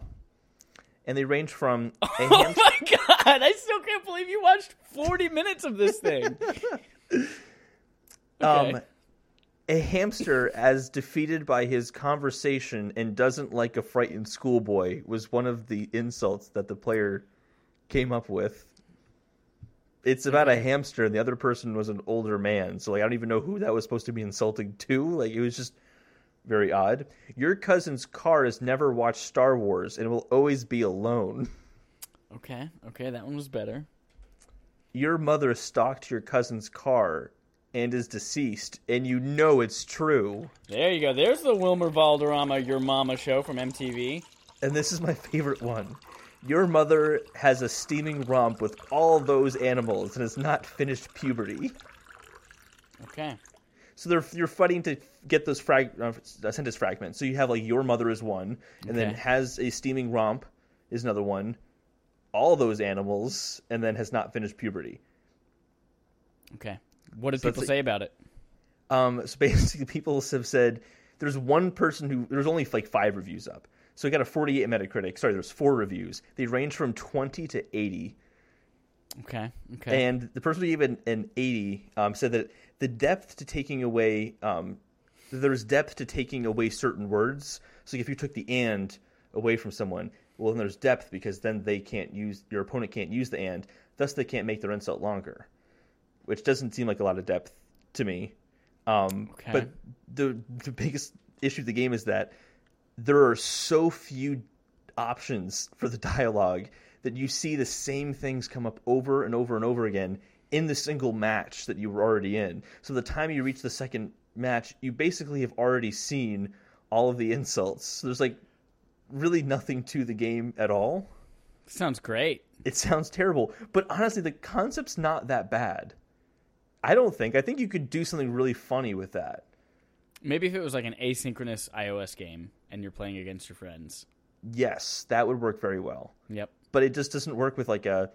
S1: and they range from a
S2: oh
S1: ham-
S2: my god. I still can't believe you watched 40 minutes of this thing. Okay.
S1: um a hamster as defeated by his conversation and doesn't like a frightened schoolboy was one of the insults that the player came up with it's about a hamster and the other person was an older man so like i don't even know who that was supposed to be insulting to like it was just very odd your cousin's car has never watched star wars and will always be alone
S2: Okay. Okay, that one was better.
S1: your mother stalked your cousin's car and is deceased and you know it's true
S2: There you go. There's the Wilmer Valderrama Your Mama show from MTV.
S1: and this is my favorite one. Your mother has a steaming romp with all those animals and has not finished puberty.
S2: Okay.
S1: So they're you're fighting to get those frag uh, sentence fragments. So you have like your mother is one, and then
S2: Okay.
S1: has a steaming romp is another one. All those animals, and then has not finished puberty.
S2: Okay. What did
S1: So
S2: people
S1: it's
S2: say about it?
S1: Um, so basically, people have said there's one person who there's only like five reviews up. So we got a 48 Metacritic. Sorry, there's four reviews. They range from 20 to 80.
S2: Okay. Okay.
S1: And the person who gave an, an 80 um, said that the depth to taking away, um, there's depth to taking away certain words. So if you took the and away from someone, well, then there's depth because then they can't use, your opponent can't use the and, thus they can't make their insult longer, which doesn't seem like a lot of depth to me. Um,
S2: Okay.
S1: But the, the biggest issue of the game is that there are so few options for the dialogue that you see the same things come up over and over and over again in the single match that you were already in. So the time you reach the second match, you basically have already seen all of the insults. So there's like really nothing to the game at all.
S2: Sounds great.
S1: It sounds terrible, but honestly, the concept's not that bad. I don't think. I think you could do something really funny with that.
S2: Maybe if it was like an asynchronous iOS game and you're playing against your friends.
S1: Yes, that would work very well.
S2: Yep.
S1: uh, but it just doesn't work with like a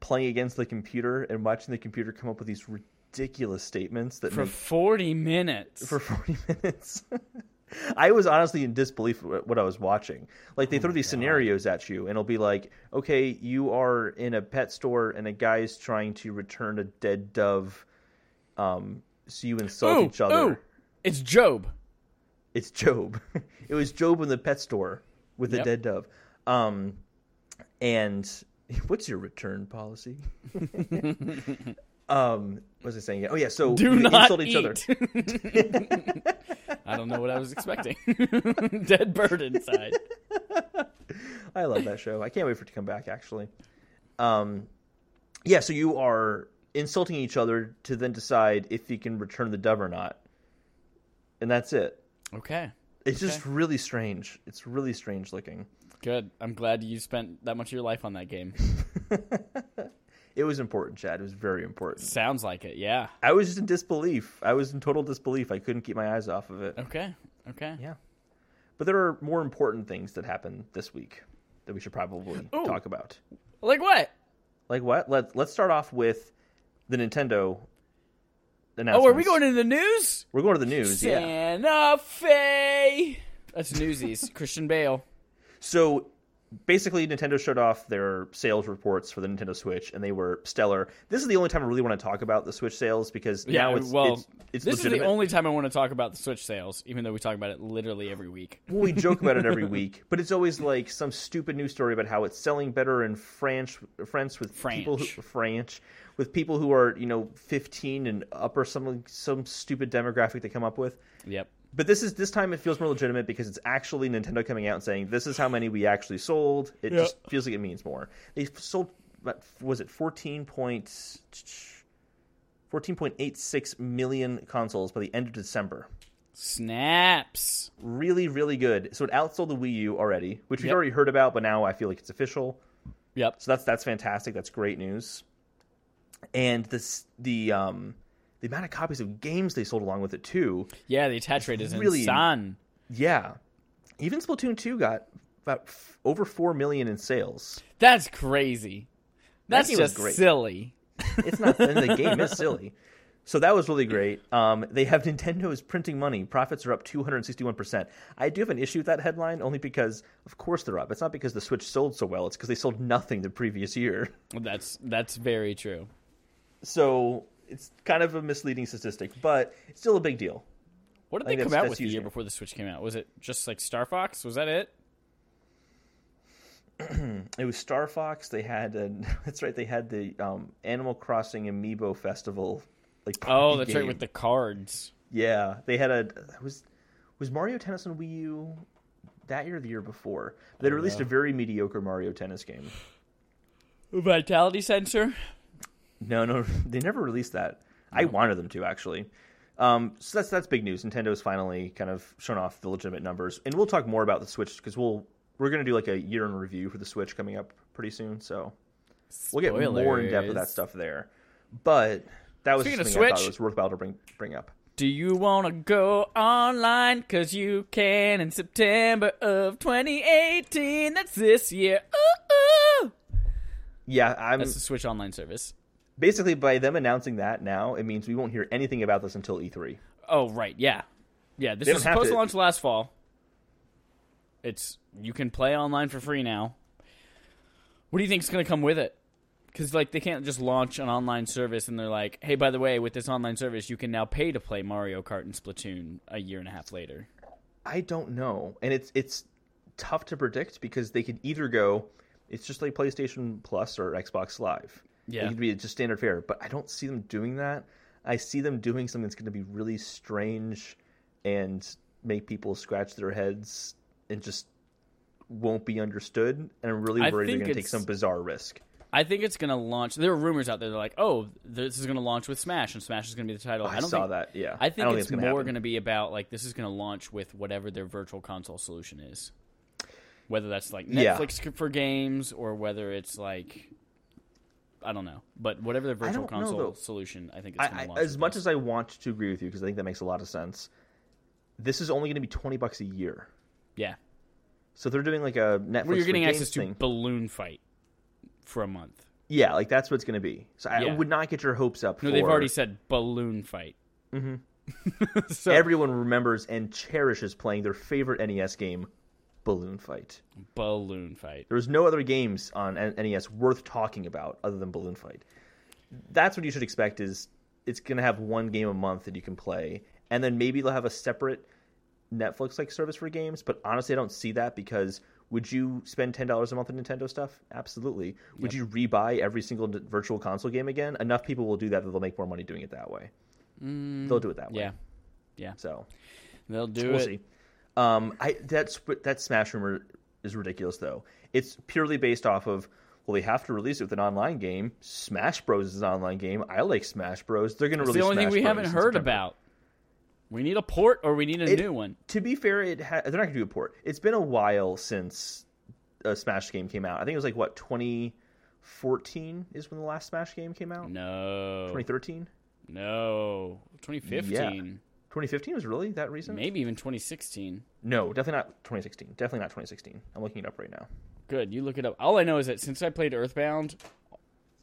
S1: playing against the computer and watching the computer come up with these ridiculous statements that
S2: for
S1: make
S2: 40 minutes.
S1: for 40 minutes. I was honestly in disbelief at what I was watching. Like
S2: Oh
S1: they throw these scenarios at you and it'll be like, "Okay, you are in a pet store and a guy's trying to return a dead dove." Um so you insult
S2: Ooh,
S1: each other.
S2: ooh, it's Job.
S1: It's Job. it was Job in the pet store with a
S2: Yep.
S1: dead dove. Um and what's your return policy? um what was I saying? Oh yeah, so
S2: Do
S1: they
S2: not
S1: insult each other.
S2: other. I don't know what I was expecting. Dead bird inside.
S1: I love that show. I can't wait for it to come back. Actually, um, yeah. So you are insulting each other to then decide if you can return the dove or not, and that's it.
S2: Okay.
S1: It's just really strange. It's really strange looking.
S2: Good. I'm glad you spent that much of your life on that game.
S1: It was important, Chad. It was very important.
S2: Sounds like it. Yeah.
S1: I was just in disbelief. I was in total disbelief. I couldn't keep my eyes off of it.
S2: Okay. Okay.
S1: Yeah, but there are more important things that happened this week that we should probably
S2: Ooh.
S1: talk about.
S2: Like what?
S1: Like what? Let Let's start off with the Nintendo.
S2: Oh, are we
S1: announcements.
S2: going to the news?
S1: We're going to the news, yeah.
S2: Santa Fe. That's Newsies. Christian Bale.
S1: So basically, Nintendo showed off their sales reports for the Nintendo Switch, and they were stellar. This is the only time I really want to talk about the Switch sales because
S2: Yeah.
S1: now it's
S2: well,
S1: it's, it's
S2: this
S1: legitimate.
S2: is the only time I want to talk about the Switch sales, even though we talk about it literally every week.
S1: Well, we joke about it every week, but it's always like some stupid news story about how it's selling better in France, France with people who,
S2: French.
S1: French, with people who are you know 15 and up or some some stupid demographic they come up with.
S2: Yep.
S1: But this is this time it feels more legitimate because it's actually Nintendo coming out and saying this is how many we actually sold. It
S2: Yeah.
S1: just feels like it means more. They f- sold what was it 14 point 14.86 million consoles by the end of December.
S2: Snaps.
S1: Really, really good. So it outsold the Wii U already, which we've
S2: Yep.
S1: already heard about, but now I feel like it's official.
S2: Yep.
S1: So that's that's fantastic. That's great news. And this the um the amount of copies of games they sold along with it too.
S2: Yeah, the attach rate is
S1: Really-
S2: insane.
S1: Yeah, even Splatoon two got about f- over four million in sales.
S2: That's crazy. That's
S1: game was
S2: just
S1: great.
S2: silly.
S1: It's not in the game; it's silly. So that was really great. Um, they have Nintendo is printing money. Profits are up 261%. I do have an issue with that headline only because, of course, they're up. It's not because the Switch sold so well, it's because they sold nothing the previous year.
S2: That's that's very true.
S1: So it's kind of a misleading statistic, but it's still a big deal.
S2: What did
S1: I
S2: they
S1: think
S2: come
S1: that's-
S2: out
S1: that's
S2: with the
S1: huge
S2: year
S1: game.
S2: before the Switch came out? Was it just like Star Fox? Was that it?
S1: It was Star Fox. They had, a, that's right, they had the um, Animal Crossing Amiibo Festival. Like
S2: Oh,
S1: party
S2: that's right
S1: game.
S2: with the cards.
S1: Yeah, they had a was was Mario Tennis on Wii U that year or the year before. They released a very mediocre Mario Tennis game.
S2: Vitality sensor.
S1: No, no, they never released that. I wanted them to actually. Um, so that's that's big news. Nintendo's finally kind of shown off the legitimate numbers, and we'll talk more about the Switch because we'll we're gonna do like a year in review for the Switch coming up pretty soon. So we'll get more in depth of that
S2: Spoilers.
S1: stuff there. But that was
S2: Speaking of
S1: something I thought
S2: Switch-
S1: was worthwhile to bring bring up.
S2: Do you want to go online? Because you can in September of 2018. That's this year. Ooh, ooh.
S1: Yeah, I'm
S2: That's the Switch Online service.
S1: basically by them announcing that now it means we won't hear anything about this until E e3
S2: Oh, right. Yeah. Yeah, this
S1: They
S2: was
S1: don't have
S2: supposed to...
S1: to-
S2: launch last fall. It's You can play online for free now. What do you think's going to come with it? Because, like, they can't just launch an online service and they're like, hey, by the way, with this online service, you can now pay to play Mario Kart and Splatoon a year and a half later.
S1: i don't know and it's it's tough to predict because they could either go it's just like playstation plus or xbox live
S2: Yeah.
S1: it could be just standard fare but i don't see them doing that i see them doing something that's going to be really strange and make people scratch their heads and just won't be understood and i'm really
S2: I
S1: worried they're
S2: think
S1: going to take
S2: it's-
S1: some bizarre risk
S2: I think it's gonna launch. There are rumors out there. They're like, "Oh, this is gonna launch with Smash, and Smash is gonna be the title."
S1: i,
S2: don't
S1: saw
S2: think,
S1: that yeah
S2: I think
S1: don't
S2: it's,
S1: gonna
S2: more
S1: happen.
S2: gonna be about like this is gonna launch with whatever their virtual console solution is, whether that's like
S1: Yeah.
S2: Netflix for games or whether it's like I don't know, but whatever their
S1: I
S2: virtual
S1: don't know,
S2: console
S1: though.
S2: solution, I think it's gonna
S1: I,
S2: launch.
S1: I, as much as I want to agree with you because I think that makes a lot of sense, this is only going to be twenty bucks a year.
S2: yeah,
S1: So they're doing like a Netflix.
S2: where you're
S1: for
S2: getting
S1: Games
S2: access to
S1: thing.
S2: Balloon Fight for a month.
S1: Yeah, like that's what it's going to be. So I
S2: Yeah.
S1: would not get your hopes up.
S2: No,
S1: for,
S2: they've already said balloon fight. Mm-hmm. so
S1: Everyone remembers and cherishes playing their favorite NES game, Balloon Fight.
S2: balloon fight.
S1: There was no other games on N- NES worth talking about other than Balloon Fight. That's what you should expect. Is it's going to have one game a month that you can play, and then maybe they'll have a separate Netflix-like service for games. But honestly, I don't see that because would you spend ten dollars a month on Nintendo stuff? Absolutely. Would you rebuy every single d- virtual console game again? Enough people will do that that they'll make more money doing it that way. they'll do it that way.
S2: Yeah,
S1: So
S2: they'll do
S1: we'll
S2: it.
S1: see. Um, I that's that Smash rumor is ridiculous though. It's purely based off of well, they have to release it with an online game. Smash Bros is an online game. I like Smash Bros. They're going to
S2: It's
S1: release.
S2: the only
S1: Smash
S2: thing we
S1: Bros
S2: haven't
S1: in
S2: heard
S1: September.
S2: about. We need a port or we need a
S1: It-
S2: new one.
S1: To be fair, it ha- they're not going to do a port. It's been a while since a Smash game came out. I think it was like what 2014 is when the last Smash game came out.
S2: No.
S1: 2013,
S2: No. 2015.
S1: 2015 was really that recent?
S2: Maybe even 2016.
S1: No, definitely not 2016. Definitely not 2016. I'm looking it up right now.
S2: Good. You look it up. All I know is that since I played Earthbound,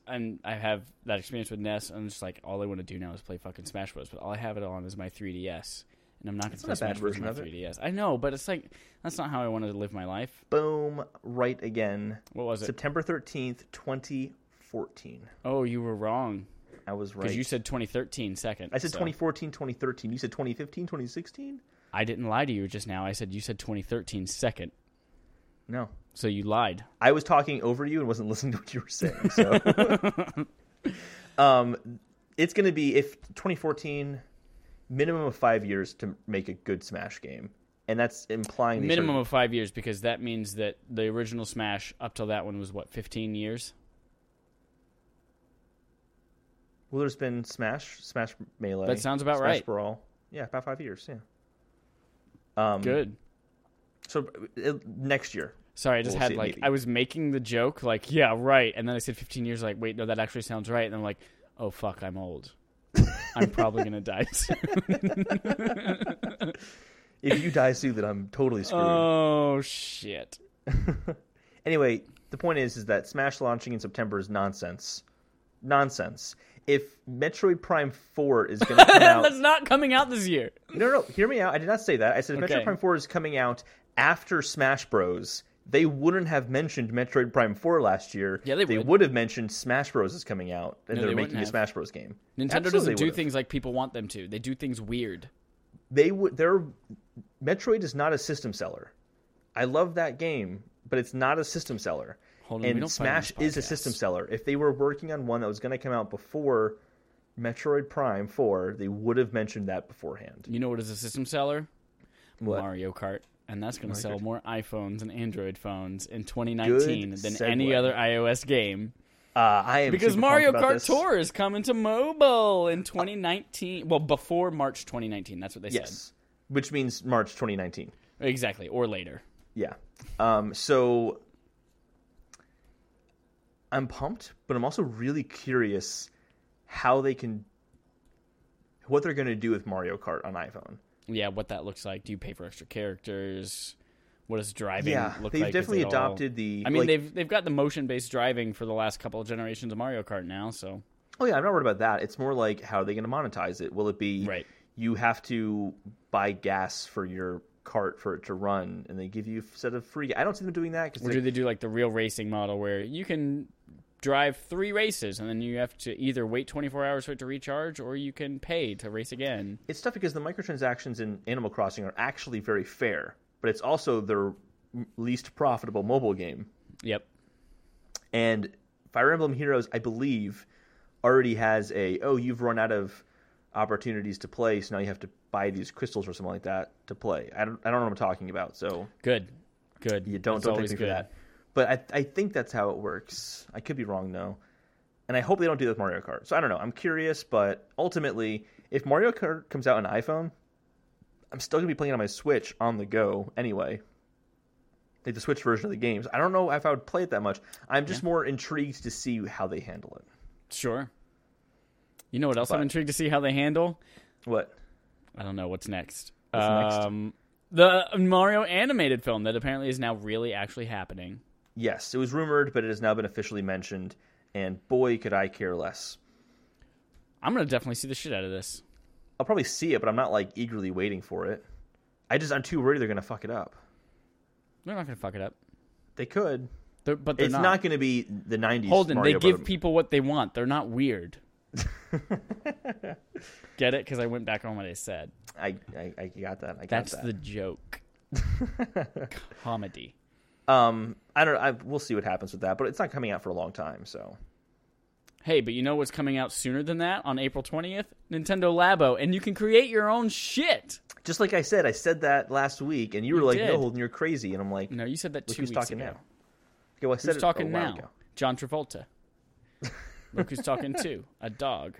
S2: and I have that experience with NES, I'm just like, all I want to do now is play fucking Smash Bros. But all I have it on is my 3DS. And I'm not going to
S1: not
S2: play
S1: a bad
S2: Smash Bros. on
S1: version
S2: my
S1: of it.
S2: 3DS. I know, but it's like, that's not how I wanted to live my life.
S1: Boom! Right again.
S2: What was it?
S1: September 13th, 2014.
S2: Oh, you were wrong.
S1: I was
S2: Because
S1: right.
S2: you said 2013 second.
S1: I said
S2: so
S1: 2014, 2013. You said 2015, 2016?
S2: I didn't lie to you just now. I said you said 2013 second.
S1: No.
S2: So you lied.
S1: I was talking over you and wasn't listening to what you were saying. So, um, it's going to be if 2014, minimum of five years to make a good Smash game, and that's implying these
S2: minimum
S1: are-
S2: of five years because that means that the original Smash up till that one was what fifteen years.
S1: well, there's been Smash, Smash Melee.
S2: That sounds about
S1: Smash
S2: right.
S1: Brawl. Yeah, about five years. Yeah. Um,
S2: Good.
S1: So uh, next year,
S2: Sorry, I just
S1: We'll
S2: had
S1: see,
S2: like
S1: maybe.
S2: I was making the joke like yeah right, and then I said fifteen years like wait no that actually sounds right, and I'm like oh fuck I'm old. I'm probably gonna die. soon.
S1: if you die soon, then I'm totally screwed.
S2: oh shit.
S1: Anyway, the point is, is that Smash launching in September is nonsense. Nonsense. If Metroid Prime Four is going to come out,
S2: That's not coming out this year.
S1: no, no, hear me out. I did not say that. I said if
S2: Okay.
S1: Metroid Prime Four is coming out after Smash Bros. They wouldn't have mentioned Metroid Prime Four last year.
S2: Yeah, they
S1: they
S2: would.
S1: would have mentioned Smash Bros. is coming out, and
S2: No,
S1: they're
S2: they
S1: making
S2: wouldn't
S1: a
S2: have.
S1: Smash Bros. game.
S2: Nintendo
S1: Absolutely
S2: doesn't do
S1: would've.
S2: things like people want them to. They do things weird.
S1: They would. Their Metroid is not a system seller. I love that game, but it's not a system seller.
S2: Hold on, we
S1: and
S2: don't fight on
S1: Smash is
S2: this
S1: a
S2: podcast.
S1: system seller. If they were working on one that was going to come out before Metroid Prime 4, they would have mentioned that beforehand.
S2: You know what is a system seller?
S1: What?
S2: Mario Kart. And that's going to sell
S1: Kart.
S2: more iPhones and Android phones in 2019
S1: Good
S2: than
S1: segue.
S2: any other iOS game.
S1: Uh, I am
S2: Because
S1: super
S2: Mario
S1: pumped about
S2: Kart
S1: this.
S2: Tour is coming to mobile in 2019. Well, before March 2019. That's what they
S1: Yes. Which means March 2019.
S2: said. Exactly. Or later.
S1: Yeah. Um, so I'm pumped, but I'm also really curious how they can what they're going to do with Mario Kart on iPhone.
S2: Yeah, what that looks like. Do you pay for extra characters? What does driving
S1: Yeah,
S2: look
S1: they've
S2: like? Is
S1: definitely
S2: it all-
S1: adopted the
S2: I mean,
S1: like-
S2: they've they've got the motion based driving for the last couple of generations of Mario Kart now. So
S1: Oh yeah, I'm not worried about that. It's more like how are they going to monetize it? Will it be
S2: Right.
S1: You have to buy gas for your cart for it to run, and they give you a set of free. I don't see them doing that because
S2: Or do they do like the real racing model where you can drive three races and then you have to either wait 24 hours for it to recharge or you can pay to race again?
S1: it's tough because the microtransactions in Animal Crossing are actually very fair, but it's also their m- least profitable mobile game.
S2: Yep.
S1: And Fire Emblem Heroes, I believe, already has a oh you've run out of opportunities to play, so now you have to buy these crystals or something like that to play. I don't I don't know what I'm talking about, so.
S2: Good. Good.
S1: You don't
S2: That's
S1: don't take
S2: always
S1: me for that. But I I think that's how it works. I could be wrong though. And I hope they don't do that with Mario Kart. So I don't know. I'm curious, but ultimately, if Mario Kart comes out on iPhone, I'm still gonna be playing it on my Switch on the go anyway. Like the Switch version of the games. I don't know if I would play it that much. I'm just more intrigued to see how they handle it.
S2: Sure. You know what else I'm
S1: But-
S2: intrigued to see how they handle?
S1: What?
S2: I don't know what's next.
S1: What's next?
S2: um, The Mario animated film that apparently is now really actually happening.
S1: Yes, it was rumored, but it has now been officially mentioned. and boy could I care less.
S2: I'm gonna definitely see the shit out of this.
S1: I'll probably see it, but I'm not like eagerly waiting for it. I just I'm too worried they're gonna fuck it up.
S2: They're not gonna fuck it up.
S1: They could.
S2: They're, but they're
S1: it's not, going to be the '90s.
S2: Holden,
S1: Mario
S2: they give
S1: Brothers.
S2: people what they want. They're not weird. Get it? Because I went back on what I said.
S1: I, I I got that. I got
S2: That's
S1: that.
S2: the joke. Comedy.
S1: Um, I don't. I we'll see what happens with that, but it's not coming out for a long time. So
S2: Hey, but you know what's coming out sooner than that on April 20th? Nintendo Labo, and you can create your own shit.
S1: just like I said, I said that last week, and you were
S2: You
S1: like,
S2: did.
S1: "No, Holden, you're crazy," and I'm like,
S2: No, you said that
S1: "Look
S2: two
S1: who's
S2: weeks
S1: talking
S2: ago.
S1: now." Okay, well, I said
S2: Who's
S1: it
S2: talking
S1: a while
S2: now?
S1: ago.
S2: John Travolta. Look who's talking too. A dog.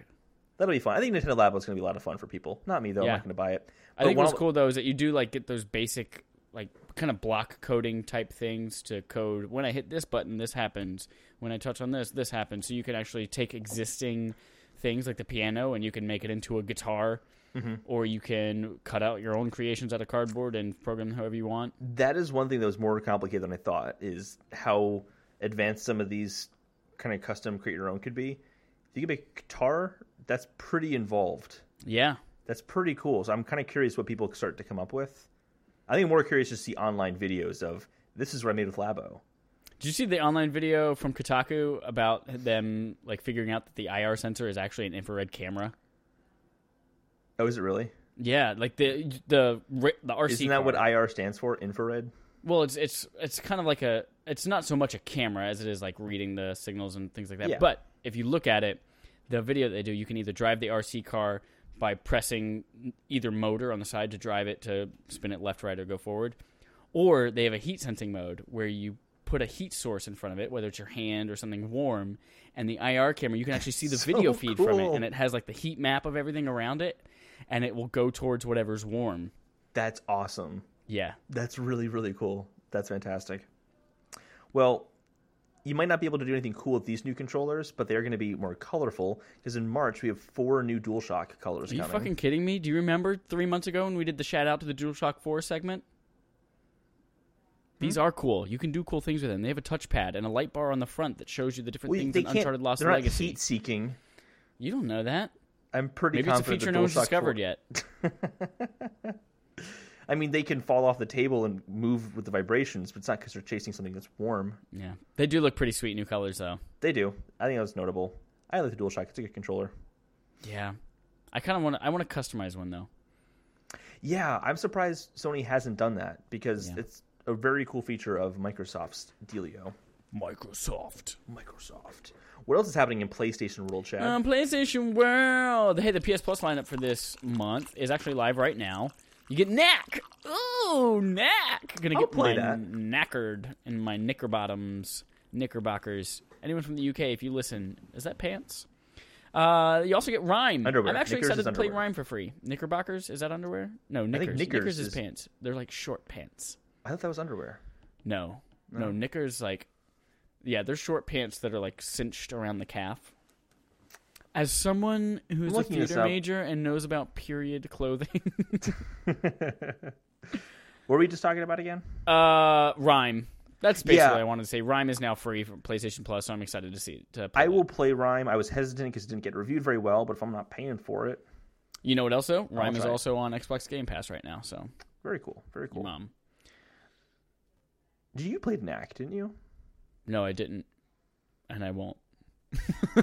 S1: That'll be fun. I think Nintendo Labo is going to be a lot of fun for people. Not me though.
S2: Yeah.
S1: I'm not going to buy it.
S2: I
S1: But
S2: think
S1: one
S2: what's
S1: of-
S2: cool though is that you do like get those basic like kind of block coding type things to code. When I hit this button, this happens. When I touch on this, this happens. So you can actually take existing things like the piano and you can make it into a guitar,
S1: Mm-hmm.
S2: or you can cut out your own creations out of cardboard and program them however you want.
S1: That is one thing that was more complicated than I thought. Is how advanced some of these kind of custom create your own could be. If you can make a guitar, that's pretty involved.
S2: Yeah,
S1: That's pretty cool. So I'm kind of curious what people start to come up with. I think I'm more curious to see online videos of this is what I made with Labo.
S2: Did you see the online video from Kotaku about them like figuring out that the IR sensor is actually an infrared camera?
S1: Oh, is it really?
S2: Yeah, like the the the RC.
S1: Isn't that what
S2: card.
S1: IR stands for? Infrared.
S2: Well, it's it's it's kind of like a it's not so much a camera as it is like reading the signals and things like that.
S1: Yeah.
S2: But if you look at it, the video that they do, you can either drive the RC car by pressing either motor on the side to drive it to spin it left, right, or go forward, or they have a heat sensing mode where you put a heat source in front of it, whether it's your hand or something warm, and the IR camera, you can actually see the
S1: So
S2: video feed from it,
S1: cool.
S2: and it has like the heat map of everything around it, and it will go towards whatever's warm.
S1: That's awesome.
S2: Yeah.
S1: That's really really cool. That's fantastic. Well, you might not be able to do anything cool with these new controllers, but they're going to be more colorful because in March we have four new DualShock colors
S2: Are you
S1: coming.
S2: fucking kidding me? Do you remember three months ago when we did the shout out to the DualShock 4 segment?
S1: Hmm?
S2: These are cool. You can do cool things with them. They have a touchpad and a light bar on the front that shows you the different
S1: Well,
S2: things
S1: they
S2: in
S1: can't-
S2: Uncharted Lost
S1: they're not
S2: Legacy.
S1: heat seeking.
S2: You don't know that.
S1: I'm pretty
S2: Maybe it's a
S1: confident
S2: feature
S1: that
S2: no one's
S1: DualShock
S2: discovered
S1: 4
S2: yet.
S1: I mean, they can fall off the table and move with the vibrations, but it's not because they're chasing something that's warm.
S2: Yeah. They do look pretty sweet new colors, though.
S1: They do. I think that was notable. I like the DualShock. It's a good controller.
S2: Yeah. I kind of want to I want to customize one, though.
S1: Yeah, I'm surprised Sony hasn't done that because
S2: Yeah.
S1: it's a very cool feature of Microsoft's Delio.
S2: Microsoft.
S1: Microsoft. What else is happening in PlayStation World, Chad?
S2: Um, PlayStation World. Hey, the PS Plus lineup for this month is actually live right now. You get Knack. Ooh, Knack. Gonna
S1: I'll
S2: get
S1: play
S2: my
S1: that.
S2: knackered and my knickerbottoms, knickerbockers. Anyone from the UK, if you listen, is that pants? Uh, you also get Rhyme.
S1: Underwear.
S2: I'm actually
S1: Knickers
S2: excited
S1: is
S2: to play
S1: underwear.
S2: Rhyme for free. Knickerbockers is that underwear? No, knickers.
S1: knickers
S2: is,
S1: is-
S2: pants. They're like short pants.
S1: I thought that was underwear.
S2: No, no, knickers like, yeah, they're short pants that are like cinched around the calf. As someone who's a
S1: looking this
S2: theater
S1: up.
S2: major and knows about period clothing,
S1: What were we just talking about again?
S2: uh, rhyme. That's basically
S1: Yeah.
S2: what I wanted to say. Rhyme is now free for PlayStation Plus, so I'm excited to see it. To play
S1: I
S2: it.
S1: will play Rhyme. I was hesitant because it didn't get reviewed very well, but if I'm not paying for it,
S2: You know what else
S1: Oh,
S2: though? Rhyme is
S1: try it.
S2: also on Xbox Game Pass right now. So, um,
S1: very cool. Very cool.
S2: mom,
S1: Did you play Knack, didn't you?
S2: no, I didn't, and I won't.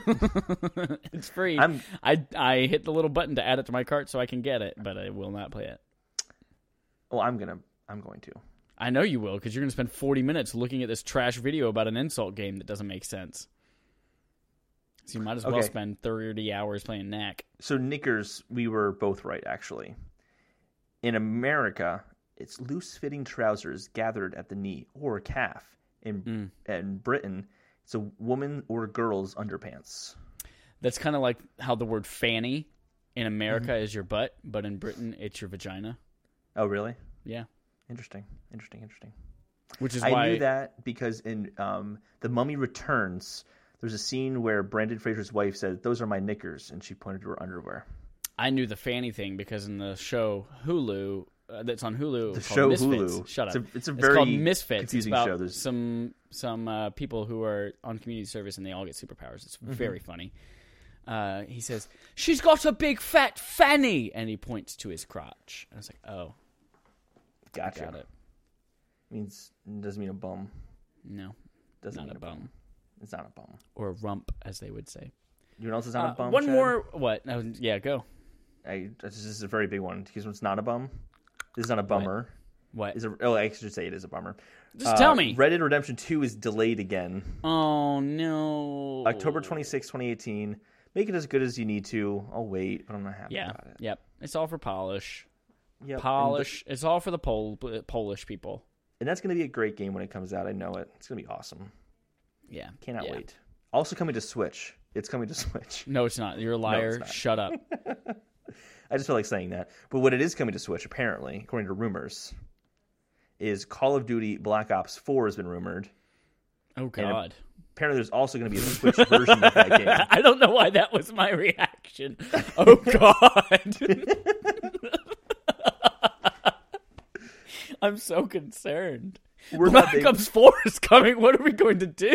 S2: it's free.
S1: I'm-
S2: I I hit the little button to add it to my cart so I can get it, but I will not play it.
S1: Well, I'm gonna. I'm going to.
S2: I know you will because you're going to spend 40 minutes looking at this trash video about an insult game that doesn't make sense. So you might as well
S1: Okay.
S2: spend 30 hours playing Knack.
S1: So knickers, we were both right actually. In America, it's loose-fitting trousers gathered at the knee or calf. In in Britain, it's a woman or girl's underpants.
S2: That's kind of like how the word fanny in America
S1: Mm-hmm.
S2: is your butt, but in Britain it's your vagina.
S1: Oh, really?
S2: Yeah.
S1: Interesting. Interesting. Interesting.
S2: Which is why
S1: I knew that because in um, The Mummy Returns, there's a scene where Brandon Fraser's wife said, "Those are my knickers," and she pointed to her underwear.
S2: I knew the fanny thing because in the show Hulu, uh, that's on Hulu.
S1: The
S2: called
S1: show
S2: Misfits.
S1: Hulu.
S2: Shut up.
S1: It's a- it's a very
S2: called Misfits. It's
S1: confusing
S2: about
S1: show. There's-
S2: some some uh, people who are on community service and they all get superpowers. It's
S1: Mm-hmm.
S2: very funny. Uh, he says she's got a big fat fanny, and he points to his crotch. And I was like, oh,
S1: Gotcha.
S2: got it.
S1: Means doesn't mean a bum.
S2: No,
S1: Doesn't
S2: not
S1: mean
S2: a bum
S1: It's not a bum.
S2: or a rump, as they would say.
S1: You know what else is not
S2: Uh,
S1: a bum?
S2: one
S1: Chad?
S2: more. What? Oh, yeah, go.
S1: I, this is a very big one because it's not a bum. This is not a bummer.
S2: What?
S1: Is a oh, I should say it is a bummer.
S2: Just
S1: Uh,
S2: tell me.
S1: Red Dead Redemption Two is delayed again.
S2: oh no.
S1: October twenty sixth, 2018. Make it as good as you need to. I'll wait, but I'm not happy
S2: Yeah.
S1: about it.
S2: Yep. It's all for polish.
S1: Yep, and
S2: Polish. it's all for the Pol- Polish people.
S1: th- and that's going to be a great game when it comes out. I know it. It's going to be awesome.
S2: Yeah.
S1: Cannot
S2: Yeah.
S1: wait. Also coming to Switch. It's coming to Switch.
S2: No, it's not. You're a liar.
S1: not.
S2: Shut up.
S1: I just feel like saying that. But what it is coming to Switch, apparently, according to rumors, is Call of Duty Black Ops 4 has been rumored.
S2: Oh God.
S1: Apparently, there's also going to be a Switch version of that game.
S2: I don't know why that was my reaction. Oh God. I'm so concerned.
S1: We're not
S2: Black
S1: big-
S2: Ops Four is coming. What are we going to do?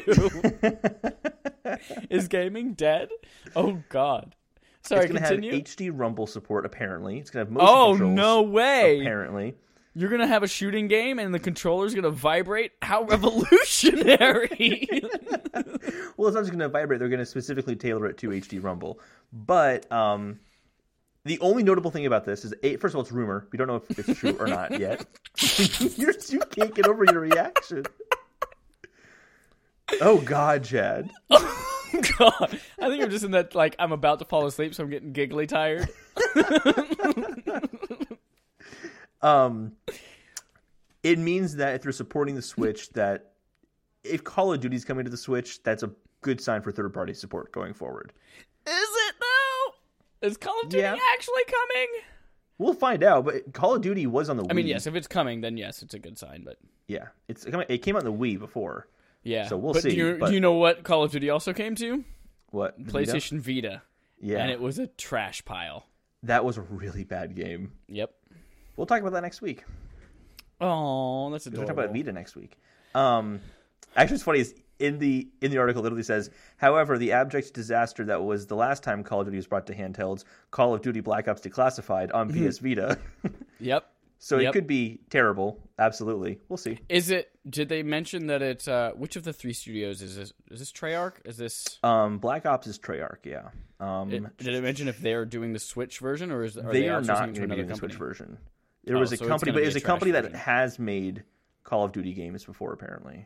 S2: is gaming dead? Oh God. Sorry.
S1: It's going to have
S2: Continue.
S1: HD Rumble support, apparently. It's going to have motion
S2: oh
S1: controls,
S2: no way.
S1: apparently.
S2: You're gonna have a shooting game and the controller's gonna vibrate? How revolutionary!
S1: Well, it's not just going to vibrate. They're going to specifically tailor it to HD Rumble. But um, the only notable thing about this is, a, first of all, it's rumor. We don't know if it's true or not yet. You're, you can't get over your reaction. Oh, God, Chad.
S2: God, I think I'm just in that like I'm about to fall asleep, so I'm getting giggly tired.
S1: Um, it means that if they're supporting the Switch, that if Call of Duty's coming to the Switch, that's a good sign for third-party support going forward.
S2: Is it though? Is Call of Duty
S1: Yeah.
S2: actually coming?
S1: We'll find out, but Call of Duty was on the Wii.
S2: I mean, yes, if it's coming, then yes, it's a good sign. But
S1: yeah, it's it came out on the Wii before.
S2: yeah,
S1: So we'll
S2: but
S1: see,
S2: Do you,
S1: but-
S2: do you know what Call of Duty also came to?
S1: What the Vita?
S2: PlayStation Vita,
S1: Yeah,
S2: and it was a trash pile.
S1: that was a really bad game.
S2: Yep.
S1: We'll talk about that next week.
S2: Oh, that's
S1: We'll
S2: adorable.
S1: talk about Vita next week. Um, actually, it's funny is in the in the article it literally says, however, the abject disaster that was the last time Call of Duty was brought to handhelds, Call of Duty Black Ops Declassified on PS Vita.
S2: Yep.
S1: so it
S2: Mm-hmm. Yep.
S1: could be terrible. Absolutely, we'll see.
S2: Is it? Did they mention that it's uh, which of the three studios is this? Is this Treyarch? Is this?
S1: Um, Black Ops is Treyarch, yeah. Um,
S2: It- did it mention if they're doing the Switch version or is are
S1: they,
S2: they,
S1: are
S2: outsourcing
S1: not
S2: it
S1: going to
S2: to
S1: be
S2: another
S1: doing the
S2: company?
S1: Switch version. There
S2: Oh,
S1: was a
S2: so it's
S1: company,
S2: gonna
S1: but
S2: be
S1: it
S2: a
S1: was a
S2: trash
S1: company that
S2: version.
S1: has made Call of Duty games before, apparently.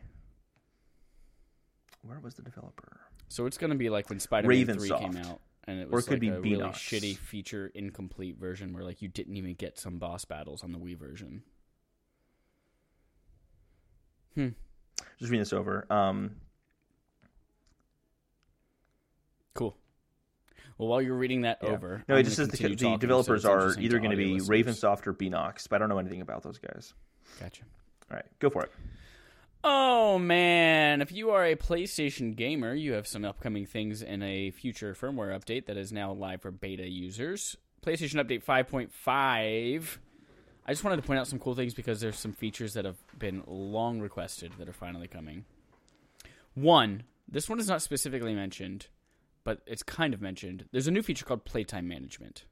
S1: Where was the developer?
S2: So it's going to be like when Spider-Man three
S1: Ravensoft.
S2: came out, and it
S1: Or
S2: was
S1: it could
S2: like
S1: be
S2: a really
S1: Beanox.
S2: shitty feature incomplete version where like you didn't even get some boss battles on the Wii version.
S1: Just reading this over. Um,
S2: Cool. Well, while you're reading that
S1: Yeah.
S2: over,
S1: No,
S2: I'm
S1: it just
S2: gonna
S1: says the,
S2: continue
S1: the
S2: talking, so
S1: developers
S2: it's
S1: are
S2: interesting
S1: either going to
S2: audio
S1: be
S2: listeners.
S1: Ravensoft or Beanox, but I don't know anything about those guys.
S2: Gotcha.
S1: All right, go for it.
S2: Oh man, if you are a PlayStation gamer, you have some upcoming things in a future firmware update that is now live for beta users. PlayStation Update 5.5. I just wanted to point out some cool things because there's some features that have been long requested that are finally coming. One, this one is not specifically mentioned, but it's kind of mentioned. There's a new feature called Playtime Management,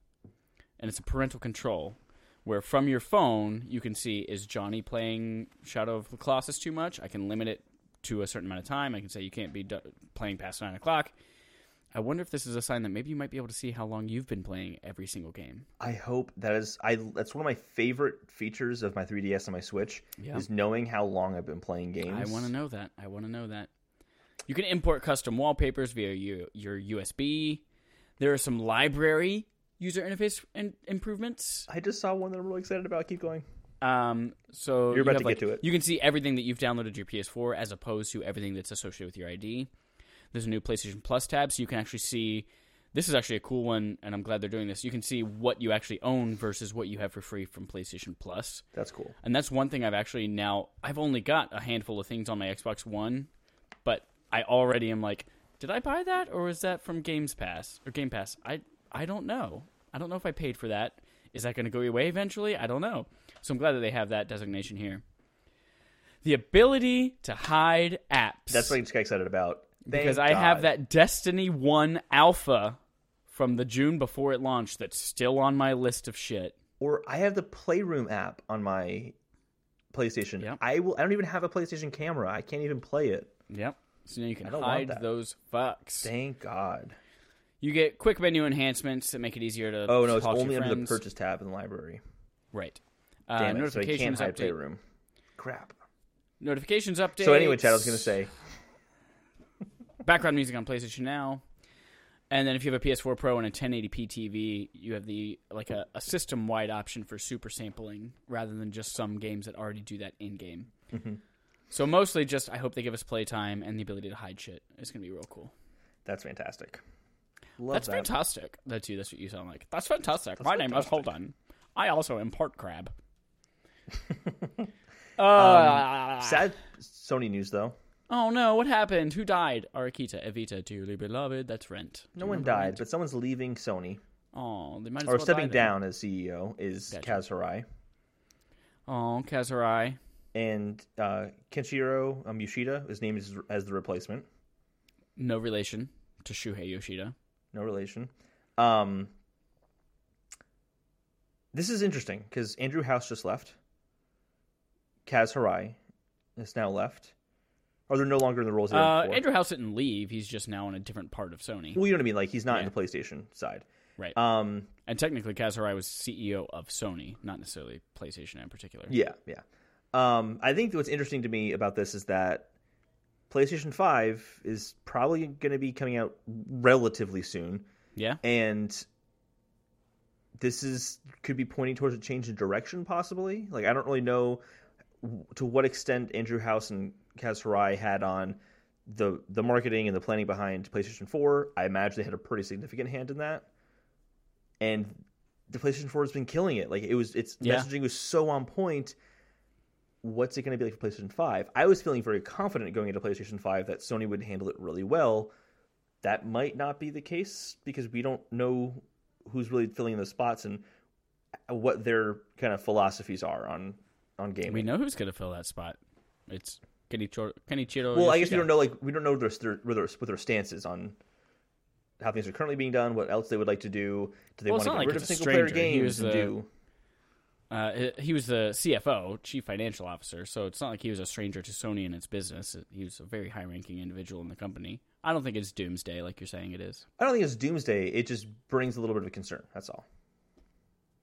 S2: and it's a parental control where from your phone you can see is Johnny playing Shadow of the Colossus too much. I can limit it to a certain amount of time. I can say you can't be do- playing past nine o'clock. I wonder if this is a sign that maybe you might be able to see how long you've been playing every single game.
S1: I hope that is I. That's one of my favorite features of my 3DS and my Switch
S2: Yeah.
S1: is knowing how long I've been playing
S2: I
S1: games.
S2: want to know that. I want to know that. You can import custom wallpapers via U- your USB. There are some library user interface in- improvements.
S1: I just saw one that I'm really excited about. Keep going.
S2: Um, so
S1: You're about
S2: you
S1: to
S2: have,
S1: get
S2: like,
S1: to it.
S2: You can see everything that you've downloaded to your PS4 as opposed to everything that's associated with your ID. There's a new PlayStation Plus tab, so you can actually see. This is actually a cool one, and I'm glad they're doing this. You can see what you actually own versus what you have for free from PlayStation Plus.
S1: That's cool.
S2: And that's one thing I've actually now I've only got a handful of things on my Xbox One, but I already am like, did I buy that or was that from Games Pass or Game Pass? I I don't know. I don't know if I paid for that. Is that going to go your way eventually? I don't know. So I'm glad that they have that designation here. The ability to hide apps.
S1: That's what I just got excited about. Thank
S2: because I have
S1: God.
S2: that Destiny 1 Alpha from the June before it launched that's still on my list of shit.
S1: Or I have the Playroom app on my PlayStation.
S2: Yep.
S1: I will. I don't even have a PlayStation camera. I can't even play it.
S2: Yep. So now you can
S1: don't want
S2: hide
S1: that.
S2: those fucks.
S1: Thank God.
S2: You get quick menu enhancements that make it easier to
S1: Oh no, it's
S2: talk to your
S1: only under the
S2: friends.
S1: purchase tab in the library.
S2: Right. Uh,
S1: Damn it! So I can't
S2: notifications
S1: hide
S2: update.
S1: Playroom. Crap.
S2: Notifications update.
S1: So anyway, Chad, I was gonna say
S2: background music on PlayStation Now. And then if you have a PS4 Pro and a 1080p TV, you have the like a, a system wide option for super sampling rather than just some games that already do that in game.
S1: Mm-hmm.
S2: So mostly just I hope they give us playtime and the ability to hide shit. It's gonna be real cool.
S1: that's fantastic. Love
S2: That's
S1: that.
S2: fantastic. That's you. That's what you sound like. That's fantastic. My name is Holden. I also import crab. uh,
S1: Sad Sony news though.
S2: oh no! What happened? Who died? Arakita, Evita, dearly beloved. That's Rent.
S1: No one died, but someone's leaving Sony
S2: Oh, they might as
S1: or
S2: well
S1: stepping
S2: die then.
S1: down as CEO is
S2: Gotcha.
S1: Kaz Hirai
S2: Oh, Kazurai.
S1: and uh, Kenshiro um, Yoshida is named as, as the replacement.
S2: No relation to Shuhei Yoshida.
S1: No relation. Um, this is interesting because Andrew House just left. Kaz Hirai is now left, or they're no longer in the roles they were
S2: Uh,
S1: before.
S2: Andrew House didn't leave. He's just now in a different part of Sony.
S1: well, you know what I mean. Like he's not
S2: Yeah.
S1: in the PlayStation side.
S2: Right.
S1: Um,
S2: And technically, Kazurai was CEO of Sony, not necessarily PlayStation in particular.
S1: Yeah, yeah. Um, I think what's interesting to me about this is that PlayStation Five is probably going to be coming out relatively soon,
S2: Yeah?
S1: and this is could be pointing towards a change in direction, possibly. Like I don't really know w- to what extent Andrew House and Kaz Hirai had on the the marketing and the planning behind PlayStation Four. I imagine they had a pretty significant hand in that, and the PlayStation Four has been killing it. Like it was, its
S2: Yeah.
S1: messaging was so on point. What's it going to be like for PlayStation Five? I was feeling very confident going into PlayStation Five that Sony would handle it really well. That might not be the case because we don't know who's really filling those spots and what their kind of philosophies are on on gaming.
S2: We know who's going to fill that spot. It's Kenichiro. Kenichiro
S1: Well, I guess we
S2: Yoshida.
S1: don't know like we don't know their, their, their what their stances on how things are currently being done, what else they would like to do. Do they want
S2: Well, it's
S1: to
S2: not
S1: get
S2: like
S1: rid of
S2: it's a
S1: single player
S2: stranger. He
S1: games
S2: was
S1: and
S2: the-
S1: do?
S2: Uh, he- he was the CFO, chief financial officer, so it's not like he was a stranger to Sony and its business. He was a very high ranking individual in the company. I don't think it's doomsday like you're saying it is.
S1: I don't think it's doomsday. It just brings a little bit of a concern. That's all.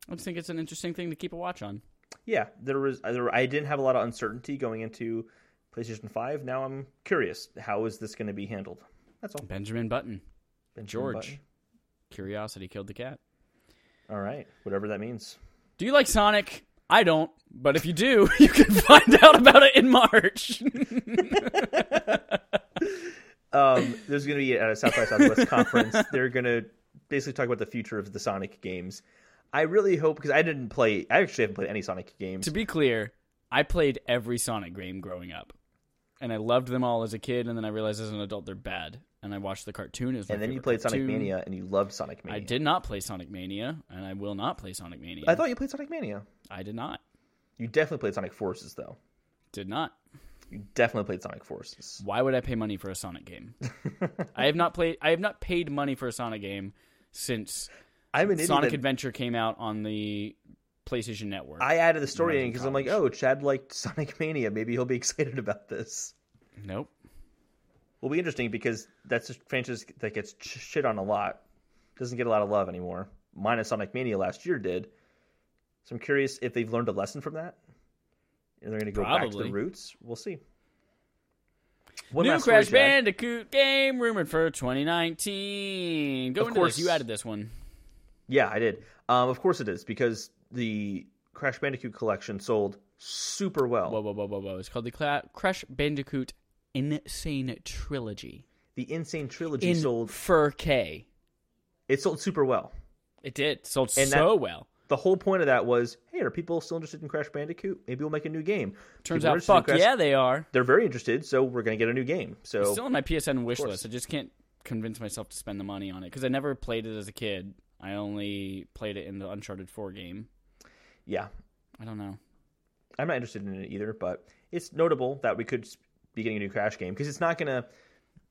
S2: I just think it's an interesting thing to keep a watch on.
S1: Yeah, there was. There, I didn't have a lot of uncertainty going into PlayStation Five. Now I'm curious. How is this going to be handled? That's all.
S2: Benjamin Button,
S1: Benjamin
S2: George.
S1: Button.
S2: Curiosity killed the cat.
S1: All right, whatever that means.
S2: Do you like Sonic? I don't, but if you do, you can find out about it in March.
S1: Um, there's going to be at a South by Southwest conference. They're going to basically talk about the future of the Sonic games. I really hope because I didn't play. I actually haven't played any Sonic games.
S2: to be clear, I played every Sonic game growing up, and I loved them all as a kid. And then I realized as an adult they're bad. And I watched the cartoon as my
S1: and then you
S2: favorite
S1: played Sonic
S2: cartoon.
S1: Mania, and you loved Sonic
S2: I
S1: Mania.
S2: did not play Sonic Mania, and I will not play Sonic Mania.
S1: I thought you played Sonic Mania.
S2: I did not.
S1: You definitely played Sonic Forces, though.
S2: Did not.
S1: You definitely played Sonic Forces.
S2: Why would I pay money for a Sonic game? I have not played. I have not paid money for a Sonic game since
S1: I'm an
S2: Sonic
S1: idiot. that-
S2: Adventure came out on the PlayStation Network.
S1: I added the story
S2: When I was
S1: in
S2: in
S1: because I'm like, oh, Chad liked Sonic Mania. Maybe he'll be excited about this.
S2: nope.
S1: Will be interesting because that's a franchise that gets ch- shit on a lot. Doesn't get a lot of love anymore. Minus Sonic Mania last year did. So I'm curious if they've learned a lesson from that. And they're going to go back to
S2: Probably.
S1: the roots. We'll see. One
S2: New
S1: last story,
S2: Crash
S1: Chad.
S2: Bandicoot game rumored for 2019. Go
S1: Of
S2: into
S1: course.
S2: this. You added this one.
S1: Yeah, I did. Um, of course it is because the Crash Bandicoot collection sold super well.
S2: Whoa, whoa, whoa, whoa, whoa! It's called the Cla- Crash Bandicoot Insane Trilogy.
S1: the Insane Trilogy
S2: In
S1: sold.
S2: fur K.
S1: It sold super well.
S2: It did sold
S1: And that-
S2: so well.
S1: The whole point of that was, hey, are people still interested in Crash Bandicoot? Maybe we'll make a new game.
S2: Turns
S1: People are
S2: out,
S1: interested in
S2: fuck
S1: Crash-
S2: yeah, they are.
S1: They're very interested, so we're going to get a new game.
S2: It's
S1: So
S2: still on my PSN wish
S1: course.
S2: list. I just can't convince myself to spend the money on it because I never played it as a kid. I only played it in the Uncharted 4 game.
S1: Yeah,
S2: I don't know.
S1: I'm not interested in it either, but it's notable that we could be getting a new Crash game because it's not going to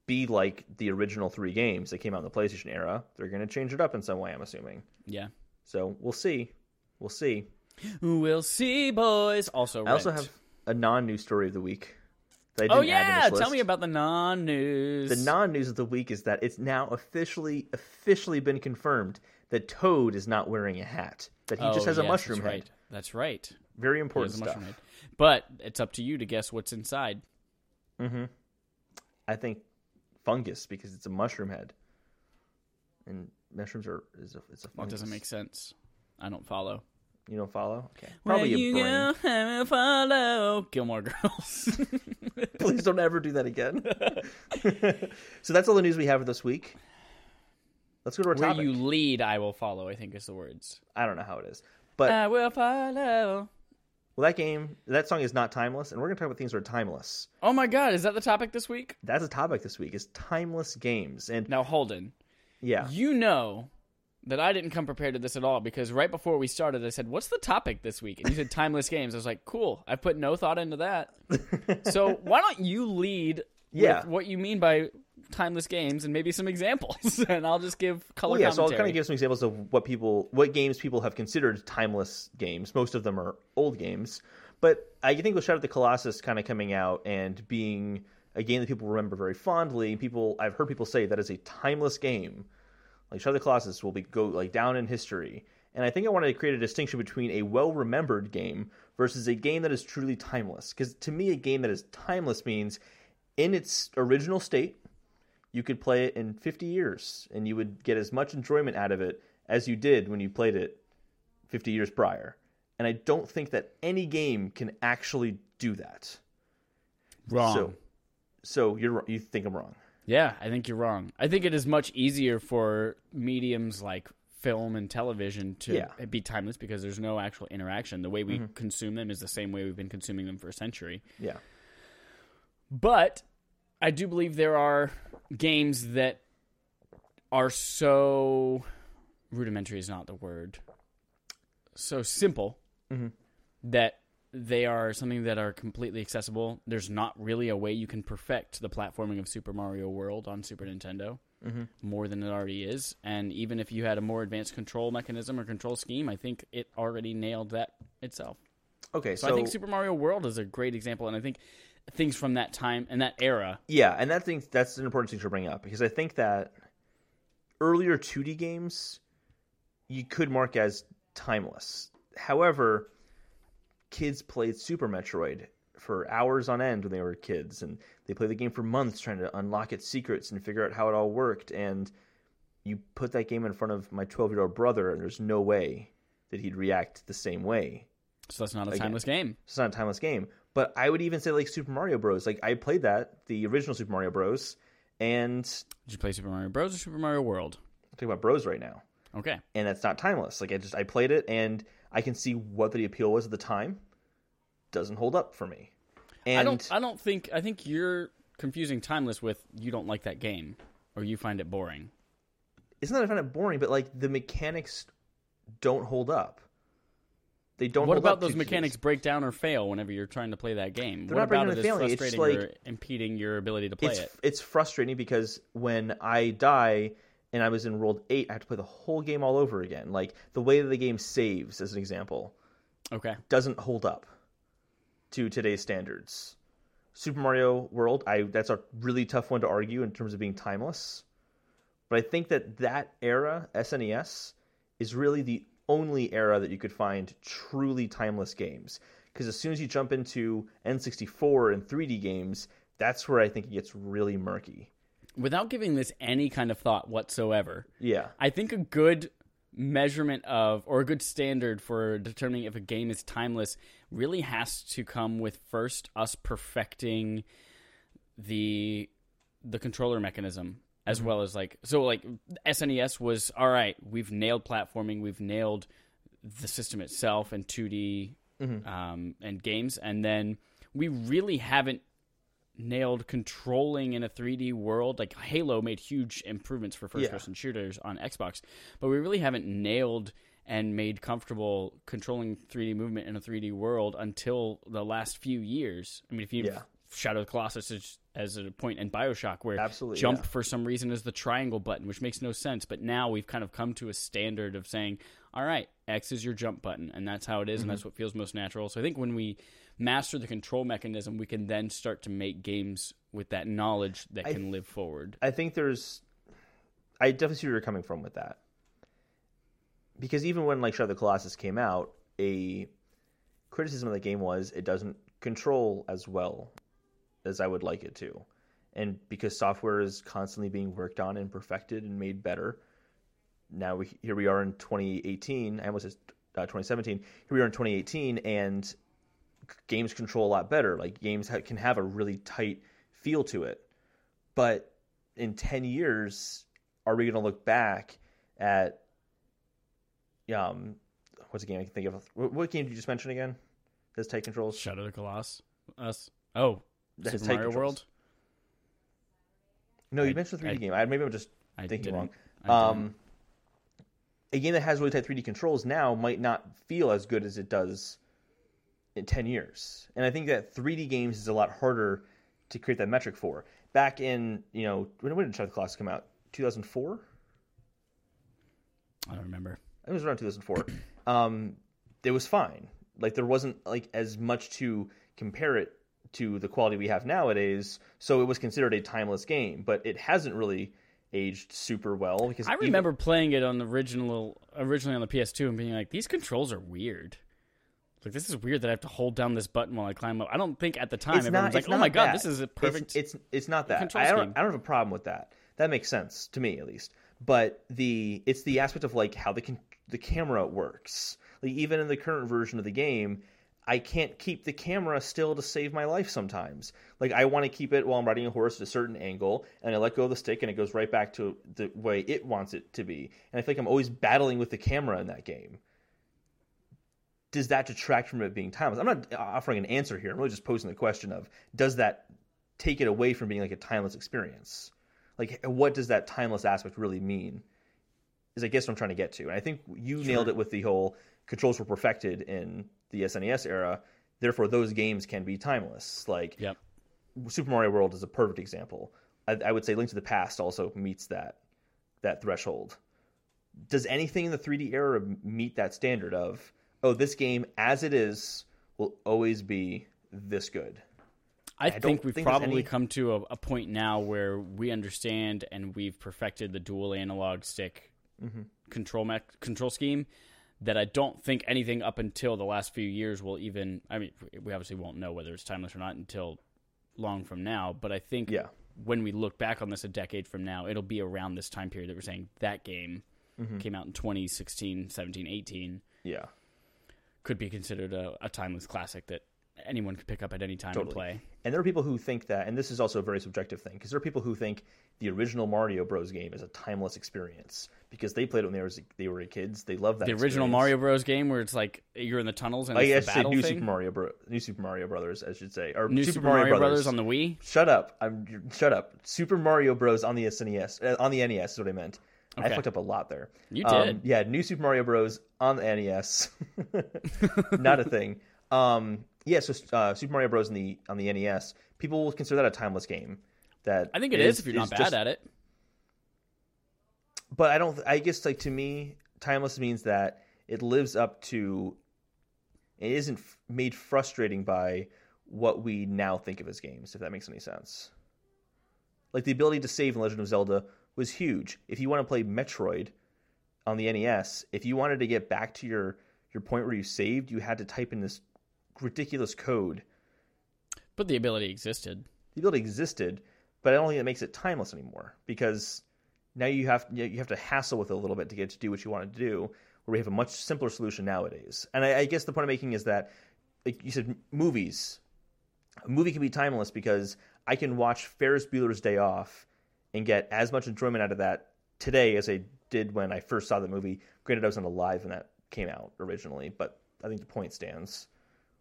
S1: be like the original three games that came out in the PlayStation era. They're going to change it up in some way, I'm assuming.
S2: Yeah.
S1: So we'll see. We'll see.
S2: We'll see, boys. Also,
S1: I also
S2: Rent.
S1: have a non news story of the week. that I
S2: Oh
S1: didn't add to
S2: yeah,
S1: this
S2: tell
S1: list.
S2: me about the non-news.
S1: The non news of the week is that it's now officially officially been confirmed that Toad is not wearing a hat. That he
S2: Oh,
S1: just has
S2: yes,
S1: a mushroom
S2: that's
S1: head.
S2: Right. That's right. He
S1: Very
S2: has
S1: important
S2: a
S1: stuff.
S2: mushroom head. But it's up to you to guess what's inside.
S1: I think fungus because it's a mushroom head, and mushrooms are is a, it's a
S2: That
S1: fungus.
S2: doesn't make sense. I don't follow.
S1: You don't follow? Okay, probably
S2: Where
S1: a
S2: you
S1: brain.
S2: go, I will follow. Gilmore Girls.
S1: Please don't ever do that again. so that's all the news we have for this week. Let's go to our
S2: Where
S1: topic.
S2: you lead, I will follow. I think is the words.
S1: I don't know how it is, but
S2: I will follow.
S1: well, that game, that song is not timeless, and we're going to talk about things that are timeless.
S2: Oh my God, is that the topic this week?
S1: That's a topic this week is timeless games, and
S2: Now, Holden,
S1: yeah,
S2: you know that I didn't come prepared to this at all because right before we started, I said, "What's the topic this week?" And you said timeless games. I was like, "Cool, I put no thought into that." so why don't you lead
S1: Yeah.
S2: with what you mean by timeless games and maybe some examples, and I'll just give color
S1: Well, Oh, yeah, so I'll
S2: commentary.
S1: kind of give some examples of what people, what games people have considered timeless games. Most of them are old games, but I think with Shadow of the Colossus kind of coming out and being a game that people remember very fondly, people I've heard people say that is a timeless game. Like Shadow of the Colossus will be go like down in history, and I think I wanted to create a distinction between a well-remembered game versus a game that is truly timeless. Because to me, a game that is timeless means in its original state you could play it in 50 years and you would get as much enjoyment out of it as you did when you played it 50 years prior. And I don't think that any game can actually do that.
S2: wrong.
S1: So so you're you think I'm wrong.
S2: Yeah, I think you're wrong. I think it is much easier for mediums like film and television to
S1: Yeah.
S2: be timeless because there's no actual interaction. The way we consume them is the same way we've been consuming them for a century.
S1: Yeah.
S2: But I do believe there are games that are so rudimentary is not the word. So simple that they are something that are completely accessible. There's not really a way you can perfect the platforming of Super Mario World on Super Nintendo more than it already is. And even if you had a more advanced control mechanism or control scheme, I think it already nailed that itself.
S1: Okay, so,
S2: So I think Super Mario World is a great example, and I think things from that time and that era.
S1: Yeah, and that thing that's an important thing to bring up because I think that earlier 2D games you could mark as timeless. However, kids played Super Metroid for hours on end when they were kids and they played the game for months trying to unlock its secrets and figure out how it all worked and you put that game in front of my 12-year-old brother and there's no way that he'd react the same way
S2: So that's not a timeless game.
S1: it's not a timeless game. But I would even say like Super Mario Bros. Like I played that, the original Super Mario Bros. And
S2: Did you play Super Mario Bros. or Super Mario World?
S1: I'm talking about Bros right now,
S2: Okay.
S1: and that's not timeless. Like I just I played it, and I can see what the appeal was at the time. Doesn't hold up for me. And
S2: I don't. I don't think. I think you're confusing timeless with you don't like that game or you find it boring.
S1: it's not that I found it boring, but like the mechanics don't hold up. They don't.
S2: what
S1: hold
S2: about
S1: up to
S2: those
S1: kids.
S2: mechanics break down or fail whenever you're trying to play that game?
S1: They're
S2: what
S1: not breaking
S2: about it
S1: or
S2: is
S1: failing, it's
S2: frustrating
S1: like-
S2: or impeding your ability to play
S1: it's,
S2: it?
S1: It's frustrating because when I die and I was in World 8, I have to play the whole game all over again. Like, the way that the game saves, as an example,
S2: Okay.
S1: doesn't hold up to today's standards. Super Mario World, I that's a really tough one to argue in terms of being timeless. But I think that that era, SNES, is really the only era that you could find truly timeless games. Because as soon as you jump into N64 and 3D games, that's where I think it gets really murky.
S2: Without giving this any kind of thought whatsoever,
S1: Yeah.
S2: I think a good measurement of or a good standard for determining if a game is timeless really has to come with first us perfecting the the controller mechanism as well as like so like SNES was all right we've nailed platforming we've nailed the system itself
S1: Mm-hmm.
S2: and 2D um, and games and then we really haven't nailed controlling in a 3D world. Like Halo made huge improvements for first
S1: Yeah.
S2: person shooters on Xbox, but we really haven't nailed and made comfortable controlling 3D movement in a 3D world until the last few years. I mean, if you
S1: Yeah.
S2: Shadow of the Colossus as, as a point in Bioshock where
S1: Absolutely,
S2: jump
S1: yeah.
S2: for some reason is the triangle button, which makes no sense. But now we've kind of come to a standard of saying, all right, X is your jump button, and that's how it is, and that's what feels most natural. So I think when we master the control mechanism, we can then start to make games with that knowledge that can live forward.
S1: I think there's I definitely see where you're coming from with that. Because even when like Shadow of the Colossus came out, a criticism of the game was it doesn't control as well as I would like it to. And because software is constantly being worked on and perfected and made better, now we, here we are in 2018. I almost said uh, 2017. Here we are in 2018, and c- games control a lot better. Like games ha- can have a really tight feel to it but in 10 years are we going to look back at um what's a game i can think of what, what game did you just mention again that's tight controls
S2: Shadow of the Colossus, us. Oh,
S1: That's
S2: Super
S1: tight
S2: Mario
S1: controls.
S2: World.
S1: no you
S2: I-
S1: mentioned a 3d
S2: I-
S1: game i maybe i'm just
S2: I
S1: thinking
S2: didn't.
S1: wrong
S2: I didn't.
S1: um a game that has really tight 3d controls now might not feel as good as it does in 10 years and i think that 3d games is a lot harder to create that metric for back in you know when, when did Shadow of the Colossus come out 2004
S2: I don't remember.
S1: I think it was around 2004. um, it was fine. Like there wasn't like as much to compare it to the quality we have nowadays. So it was considered a timeless game, but it hasn't really aged super well because
S2: I
S1: even-
S2: remember playing it on the original, originally on the PS2, and being like, "These controls are weird. Like, this is weird that I have to hold down this button while I climb up." I don't think at the time
S1: it's
S2: everyone
S1: not,
S2: was like,
S1: it's
S2: "Oh
S1: not
S2: my god,
S1: that.
S2: this is a
S1: It's-
S2: perfect."
S1: It's it's, not that.
S2: control
S1: I
S2: scheme.
S1: don't, I don't have a problem with that. That makes sense to me at least. But the it's the aspect of like how the con- the camera works. Like even in the current version of the game, I can't keep the camera still to save my life sometimes. Like I want to keep it while I'm riding a horse at a certain angle, and I let go of the stick, and it goes right back to the way it wants it to be. And I feel like I'm always battling with the camera in that game does that detract from it being timeless? I'm not offering an answer here. I'm really just posing the question of does that take it away from being like a timeless experience? Like what does that timeless aspect really mean? Is I guess what I'm trying to get to. And I think you nailed it with the whole controls were perfected in the SNES era. Therefore, those games can be timeless. Like
S2: yep.
S1: Super Mario World is a perfect example. I, I would say Link to the Past also meets that that threshold. Does anything in the 3D era meet that standard of oh this game as it is will always be this good?
S2: I,
S1: don't
S2: think we've
S1: think there's
S2: probably
S1: any-
S2: come to a, a point now where we understand and we've perfected the dual analog stick
S1: Mm-hmm.
S2: control mech, control scheme. That I don't think anything up until the last few years will even. I mean, we obviously won't know whether it's timeless or not until long from now. But I think
S1: Yeah.
S2: when we look back on this a decade from now, it'll be around this time period that we're saying that game
S1: Mm-hmm.
S2: came out in 2016, 17, 18
S1: Yeah.
S2: could be considered a, a timeless classic that anyone could pick up at any time and
S1: Totally.
S2: play.
S1: And there are people who think that, and this is also a very subjective thing, because there are people who think the original Mario Bros. game is a timeless experience because they played it when they were they were kids. They love that.
S2: the original
S1: experience.
S2: Mario Bros. game where it's like you're in the tunnels and
S1: I
S2: it's
S1: guess
S2: the
S1: say
S2: battle
S1: new
S2: thing.
S1: Super Mario Bro- new Super Mario Brothers, I should say, or
S2: New Super, Mario, Brothers.
S1: Brothers
S2: on the Wii.
S1: Shut up! I'm shut up. Super Mario Bros. on the SNES, uh, on the NES is what I meant. I
S2: Okay.
S1: fucked up a lot there.
S2: You
S1: Um,
S2: did.
S1: yeah, New Super Mario Bros. on the NES, not a thing. Um, yeah, so uh, Super Mario Bros. on the on the NES, people will consider that a timeless game. That
S2: I think it is, if you're not bad at it.
S1: But I don't. I guess like to me, timeless means that it lives up to. It isn't f- made frustrating by what we now think of as games, if that makes any sense. Like the ability to save in Legend of Zelda was huge. If you want to play Metroid on the NES, if you wanted to get back to your your point where you saved, you had to type in this ridiculous code.
S2: But the ability existed.
S1: The ability existed, but I don't think it makes it timeless anymore because now you have you have to hassle with it a little bit to get to do what you want to do. Where we have a much simpler solution nowadays, and I, I guess the point I'm making is that, like you said, m- movies. A movie can be timeless because I can watch Ferris Bueller's Day Off and get as much enjoyment out of that today as I did when I first saw the movie. Granted, I wasn't alive when that came out originally, but I think the point stands.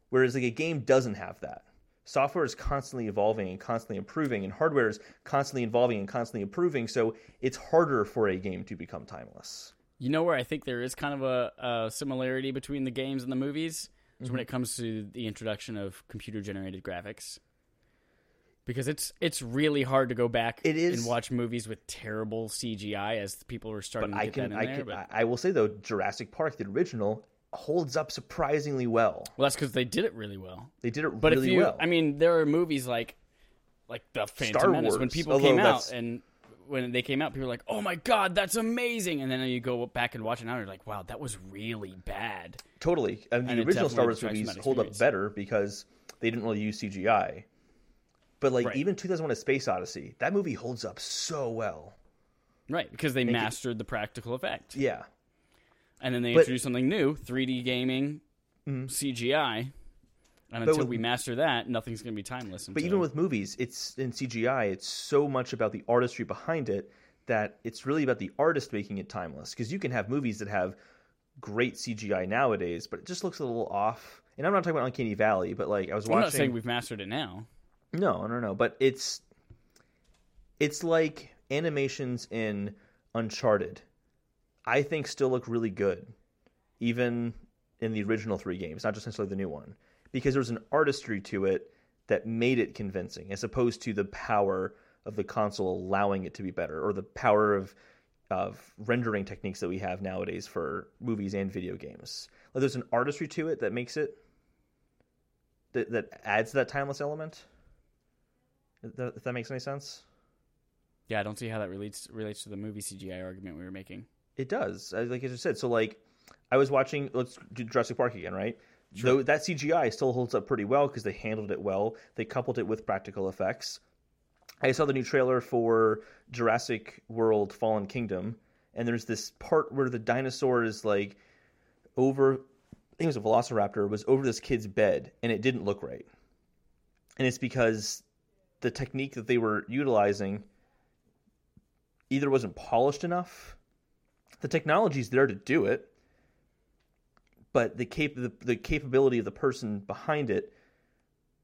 S1: Whereas like a game doesn't have that. software is constantly evolving and constantly improving, and hardware is constantly evolving and constantly improving. So it's harder for a game to become timeless.
S2: You know where I think there is kind of a, a similarity between the games and the movies is
S1: Mm-hmm.
S2: when it comes to the introduction of computer generated graphics. Because it's it's really hard to go back
S1: It is-
S2: and watch movies with terrible CGI as people are starting
S1: But
S2: to
S1: I
S2: get
S1: can,
S2: that in
S1: I
S2: there.
S1: can,
S2: but,
S1: I I will say though, Jurassic Park, the original, holds up surprisingly well.
S2: well, that's because they did it really well.
S1: They did it
S2: But
S1: really
S2: if you,
S1: well.
S2: I mean, there are movies like like the Phantom
S1: Star
S2: Menace when
S1: Wars,
S2: people
S1: although
S2: came out
S1: that's-
S2: and when they came out, people were like, "Oh my god, that's amazing!" And then you go back and watch it now, and you're like, "Wow, that was really bad."
S1: Totally. I mean,
S2: And
S1: the
S2: it
S1: original Star
S2: definitely
S1: Wars
S2: detracts from
S1: movies
S2: that
S1: hold up
S2: experience.
S1: better because they didn't really use CGI. But like
S2: Right.
S1: even 2001: A Space Odyssey, that movie holds up so well.
S2: Right, because they mastered the practical effect,
S1: Yeah,
S2: and then they
S1: But- Mm-hmm.
S2: introduced something new: 3D gaming, CGI. And until
S1: with-
S2: we master that, nothing's going to be timeless.
S1: but even with movies, it's in CGI. It's so much about the artistry behind it that it's really about the artist making it timeless. Because you can have movies that have great CGI nowadays, but it just looks a little off. And I'm not talking about Uncanny Valley, but like I was
S2: I'm
S1: watching.
S2: not saying we've mastered it now.
S1: No, no, no. But it's it's like animations in Uncharted. I think still look really good, even in the original three games, not just necessarily the new one, because there was an artistry to it that made it convincing, as opposed to the power of the console allowing it to be better, or the power of of rendering techniques that we have nowadays for movies and video games. Like there's an artistry to it that makes it that that adds to that timeless element. If that, if that makes any sense,
S2: Yeah, I don't see how that relates relates to the movie CGI argument we were making.
S1: it does. I- Like as I said, so like I was watching. Let's do Jurassic Park again, right? Though that CGI still holds up pretty well because they handled it well. They coupled it with practical effects. I saw the new trailer for Jurassic World: Fallen Kingdom, and there's this part where the dinosaur is like over. I think it was a Velociraptor was over this kid's bed, and it didn't look right. And it's because the technique that they were utilizing either wasn't polished enough. The technology's there to do it, but the cap- the, the capability of the person behind it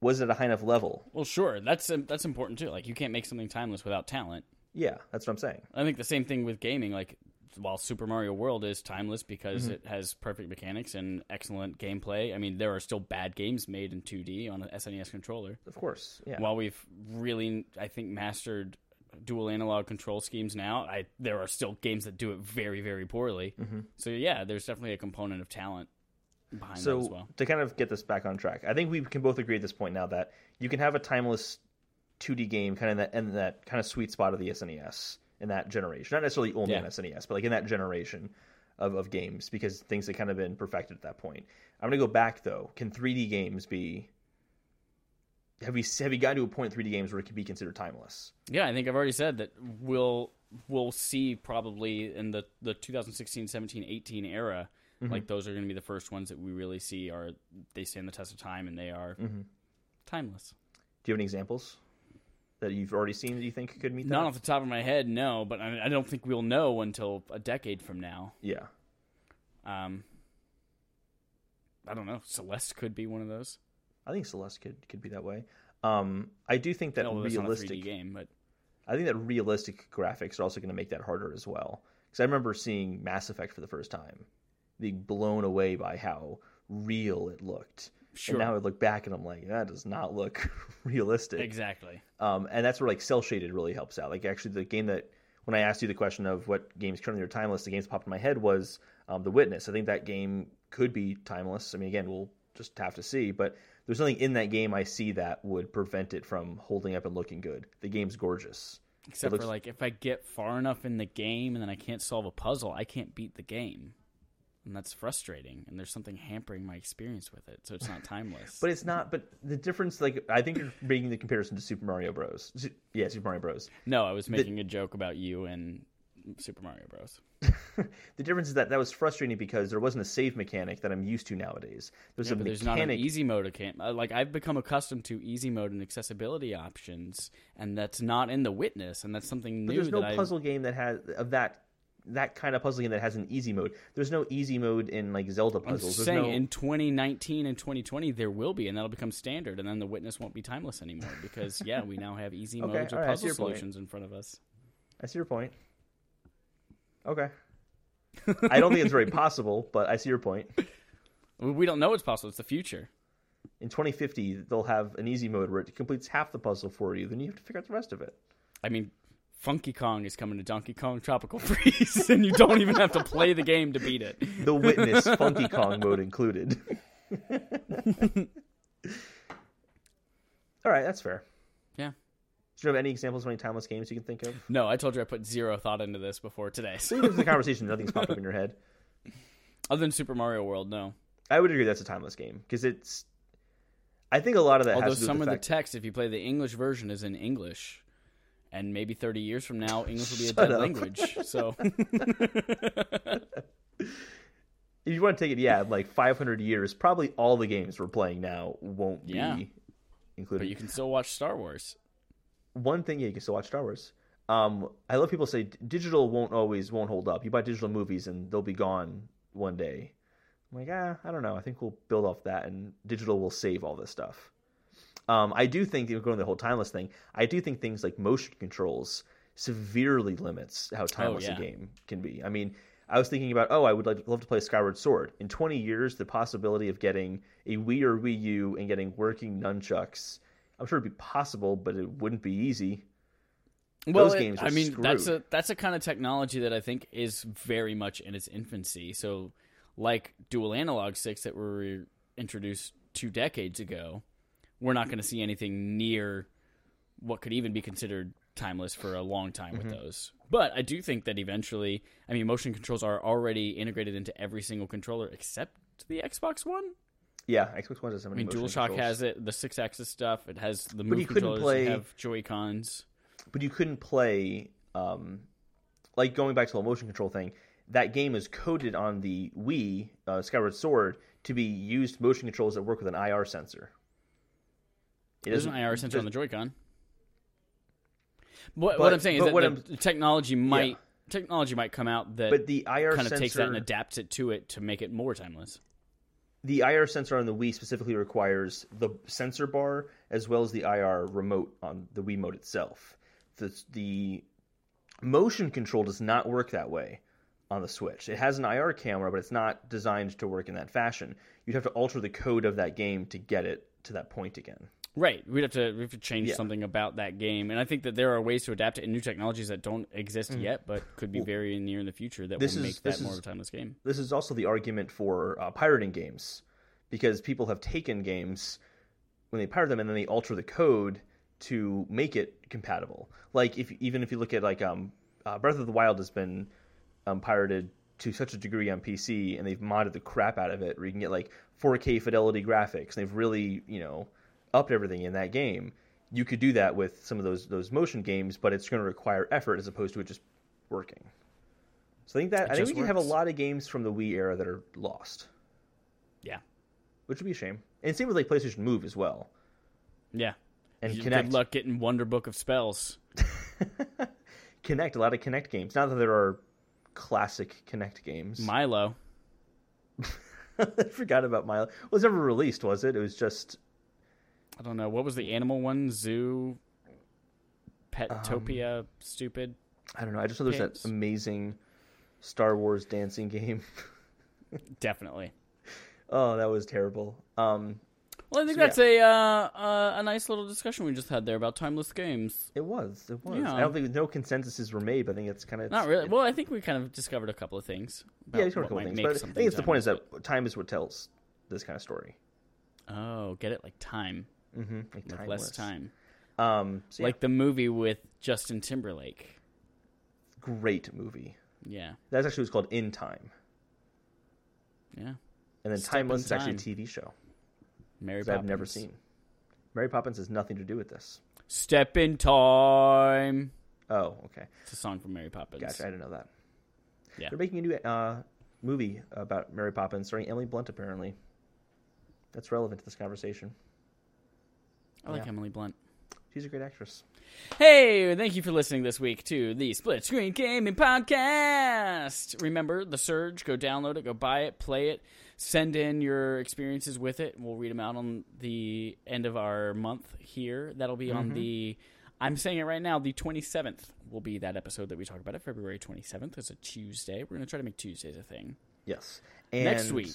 S1: wasn't at a high enough level.
S2: Well, sure, that's um, that's important too. Like you can't make something timeless without talent.
S1: Yeah, that's what I'm saying.
S2: I think the same thing with gaming. Like, while Super Mario World is timeless because
S1: Mm-hmm.
S2: it has perfect mechanics and excellent gameplay, I mean, there are still bad games made in 2D on an SNES E controller.
S1: Of course. Yeah.
S2: While we've really, I think, mastered dual analog control schemes now, I there are still games that do it very, very poorly.
S1: Mm-hmm.
S2: So yeah, there's definitely a component of talent behind
S1: so
S2: that as well.
S1: to kind of get this back on track, I think we can both agree at this point now that you can have a timeless 2D game kind of in that, in that kind of sweet spot of the SNES in that generation. Not necessarily only on
S2: Yeah.
S1: SNES, but like in that generation of, of games because things had kind of been perfected at that point. I'm going to go back though. Can 3D games be have we have we gotten to a point in 3D games where it can be considered timeless?
S2: Yeah, I think I've already said that we'll we'll see probably in the the 2016, 17, 18 era.
S1: Mm-hmm.
S2: Like those are going to be the first ones that we really see are they stand the test of time and they are
S1: Mm-hmm.
S2: timeless.
S1: Do you have any examples that you've already seen that you think could meet that?
S2: Not off the top of my head, no, but I, I don't think we'll know until a decade from now.
S1: yeah.
S2: Um, I don't know. Celeste could be one of those.
S1: I think Celeste could could be that way. Um, I do think that
S2: Although that's not a 3D
S1: realistic.
S2: game, but
S1: I think that realistic graphics are also going to make that harder as well. Because I remember seeing Mass Effect for the first time, being blown away by how real it looked.
S2: Sure.
S1: And now I look back and I'm like, that does not look realistic.
S2: exactly.
S1: Um, and that's where like cell shaded really helps out. Like actually, the game that when I asked you the question of what games currently are timeless, the games that popped in my head was um, The Witness. I think that game could be timeless. I mean, again, we'll just have to see. But there's nothing in that game I see that would prevent it from holding up and looking good. The game's gorgeous.
S2: Except
S1: looks-
S2: for like if I get far enough in the game and then I can't solve a puzzle, I can't beat the game. And that's frustrating and there's something hampering my experience with it, so it's not timeless.
S1: But it's not. But the difference, like, I think you're making the comparison to Super Mario Bros. Su- Yeah, Super Mario Bros.
S2: no, I was making a joke about you and Super Mario Bros.
S1: The difference is that that was frustrating because there wasn't a save mechanic that I'm used to nowadays. There's a
S2: But
S1: mechanic.
S2: there's not an easy mode. I can't- uh, Like I've become accustomed to easy mode and accessibility options, and that's not in the witness, and that's something new
S1: But there's no
S2: that I
S1: puzzle game that has of that that kind of puzzle game that has an easy mode. There's no easy mode in like Zelda
S2: I'm
S1: puzzles. There's
S2: saying
S1: no-
S2: in 2019 and 2020 there will be, and that'll become standard, and then the witness won't be timeless anymore because yeah, we now have easy
S1: Okay,
S2: modes or
S1: all right, I see
S2: puzzle
S1: your point.
S2: solutions in front of us.
S1: I see your point. Okay. I don't think it's very possible, but I see your point.
S2: We- We don't know it's possible. It's the future.
S1: In 2050, they'll have an easy mode where it completes half the puzzle for you, then you have to figure out the rest of it.
S2: I mean, Funky Kong is coming to Donkey Kong Tropical Freeze, and you don't even have to play the game to beat it.
S1: The Witness Funky Kong mode included. All right, that's fair.
S2: Yeah.
S1: Do you have any examples of any timeless games you can think of?
S2: No, I told you I put zero thought into this before today. So,
S1: This is a conversation, nothing's popped up in your head.
S2: other than Super Mario World, no.
S1: I would agree that's a timeless game because it's. I think a lot of that
S2: Although
S1: has to do
S2: some
S1: with
S2: of
S1: the
S2: the
S1: fact
S2: text, if you play the English version, is in English, and maybe 30 years from now, English will be a
S1: Shut
S2: dead
S1: up.
S2: language. So,
S1: if you want to take it, yeah, like 500 years, probably all the games we're playing now won't be
S2: Yeah.
S1: included.
S2: but you can still watch Star Wars.
S1: One thing, yeah, you can still watch Star Wars. Um, I love people say d- digital won't always won't hold up. You buy digital movies and they'll be gone one day. I'm like, ah, I don't know. I think we'll build off that, and digital will save all this stuff. Um, I do think going to the whole timeless thing. I do think things like motion controls severely limits how timeless
S2: yeah.
S1: a game can be. I mean, I was thinking about, oh, I would like, love to play Skyward Sword. In 20 years, the possibility of getting a Wii or Wii U and getting working nunchucks, I'm sure it'd be possible, but it wouldn't be easy. Those
S2: it-
S1: games are
S2: I mean, that's
S1: screwed.
S2: a that's a kind of technology that I think is very much in its infancy. So, like dual analog sticks that were introduced two decades ago, we're not going to see anything near what could even be considered timeless for a long time
S1: Mm-hmm.
S2: with those. But I do think that eventually, I mean, motion controls are already integrated into every single controller except the Xbox One.
S1: Yeah, Xbox One doesn't have
S2: I
S1: any
S2: mean,
S1: motion
S2: DualShock
S1: controls.
S2: has it, the six-axis stuff. It has the
S1: you
S2: move
S1: couldn't
S2: controllers.
S1: play-
S2: They have Joy Cons.
S1: but you couldn't play um, like going back to the motion control thing that game is coded on the wii uh, skyward sword to be used motion controls that work with an ir sensor it
S2: There's an
S1: doesn't
S2: IR sensor on the Joy-Con. What,
S1: But-
S2: what I'm saying is
S1: but
S2: that
S1: what
S2: the
S1: I'm-
S2: technology might technology might come out that
S1: but the ir
S2: kind of
S1: sensor
S2: takes that and adapts it to it to make it more timeless.
S1: the ir sensor on the wii specifically requires the sensor bar as well as the ir remote on the wii mode itself the, the motion control does not work that way on the Switch. It has an IR camera, but it's not designed to work in that fashion. You'd have to alter the code of that game to get it to that point again.
S2: Right. We'd have to we have to change
S1: Yeah.
S2: something about that game, and I think that there are ways to adapt it in new technologies that don't exist yet, but could be very near in the future that will
S1: Mm. this is-
S2: make that
S1: this
S2: more
S1: is-
S2: of a timeless game.
S1: This is also the argument for uh, pirating games, because people have taken games when they pirate them and then they alter the code to make it compatible. Like if even if you look at like um, uh, Breath of the Wild has been um, pirated to such a degree on PC, and they've modded the crap out of it, where you can get like 4K fidelity graphics. And they've really, you know, upped everything in that game. You could do that with some of those those motion games, but it's going to require effort as opposed to it just working. So I think that I think
S2: just
S1: we could have a
S2: works.
S1: lot of games from the Wii era that are lost,
S2: Yeah.
S1: which would be a shame. And same with like PlayStation Move as well,
S2: Yeah.
S1: and
S2: You-
S1: Connect.
S2: Good luck getting Wonder Book of Spells.
S1: Connect a lot of Connect games. Not that there are classic Connect games.
S2: Milo.
S1: I forgot about Milo. Well, it was never released, was it? It was just
S2: I don't know what was the animal one. Zoo. Petopia.
S1: Um,
S2: stupid.
S1: I don't know. I just know there's
S2: Pants.
S1: that amazing Star Wars dancing game.
S2: Definitely.
S1: oh, that was terrible. Um,
S2: Well, I think
S1: So,
S2: that's a uh, uh, a nice little discussion we just had there about timeless games.
S1: it was. It was.
S2: Yeah.
S1: I don't think no consensuses were made. But I think it's kind of
S2: Not really. Well, I think we kind of discovered a couple of things.
S1: Yeah,
S2: about
S1: it's a
S2: what
S1: couple
S2: might
S1: things.
S2: make
S1: But I
S2: something
S1: think it's the point is
S2: timeless.
S1: that time is what tells this kind of story.
S2: oh, get it like time,
S1: Mm-hmm. Like
S2: like
S1: timeless.
S2: less time,
S1: Um, so yeah,
S2: like the movie with Justin Timberlake.
S1: great movie.
S2: Yeah,
S1: That's actually what's called In Time,
S2: yeah.
S1: and then
S2: Step
S1: Timeless
S2: in
S1: is actually a
S2: Time.
S1: TV show
S2: Mary
S1: that
S2: Poppins.
S1: I've never seen. Mary Poppins has nothing to do with this.
S2: Step in time.
S1: Oh, okay.
S2: It's a song from Mary Poppins.
S1: Gotcha. I didn't know that.
S2: Yeah.
S1: They're making a new uh, movie about Mary Poppins starring Emily Blunt, apparently. That's relevant to this conversation.
S2: I like
S1: Yeah.
S2: Emily Blunt.
S1: she's a great actress.
S2: Hey, thank you for listening this week to the Split Screen Gaming Podcast. Remember the Surge. Go download it. Go buy it. Play it. Send in your experiences with it. We'll read them out on the end of our month here. That'll be
S1: Mm-hmm.
S2: on the. I'm saying it right now. The 27th will be that episode that we talk about it. February 27th is a Tuesday. We're going to try to make Tuesdays a thing.
S1: Yes. And
S2: Next week,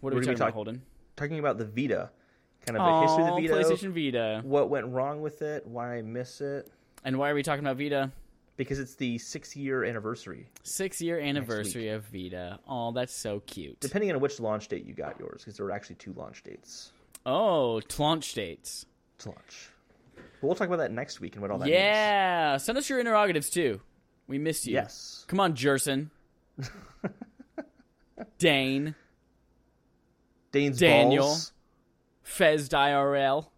S2: what are we
S1: we're gonna
S2: talking
S1: be
S2: about,
S1: talk-
S2: Holden?
S1: talking about the Vita, kind of a history
S2: Oh,
S1: of the Vita,
S2: PlayStation Vita.
S1: what went wrong with it, why I miss it,
S2: And why are we talking about Vita?
S1: because it's the six-year anniversary.
S2: Six year anniversary of Vita. Oh, that's so cute.
S1: Depending on which launch date you got yours, because there were actually two launch dates
S2: oh, launch dates.
S1: to launch. But we'll talk about that next week and what all that means.
S2: yeah. Send us your interrogatives too. We miss you.
S1: Yes.
S2: Come on, Jerson. Dane.
S1: Dane's
S2: Daniel.
S1: balls.
S2: Fezd IRL.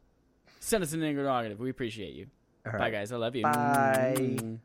S2: Send us an interrogative. We appreciate you.
S1: All
S2: Bye
S1: right.
S2: guys. I love you.
S1: Bye.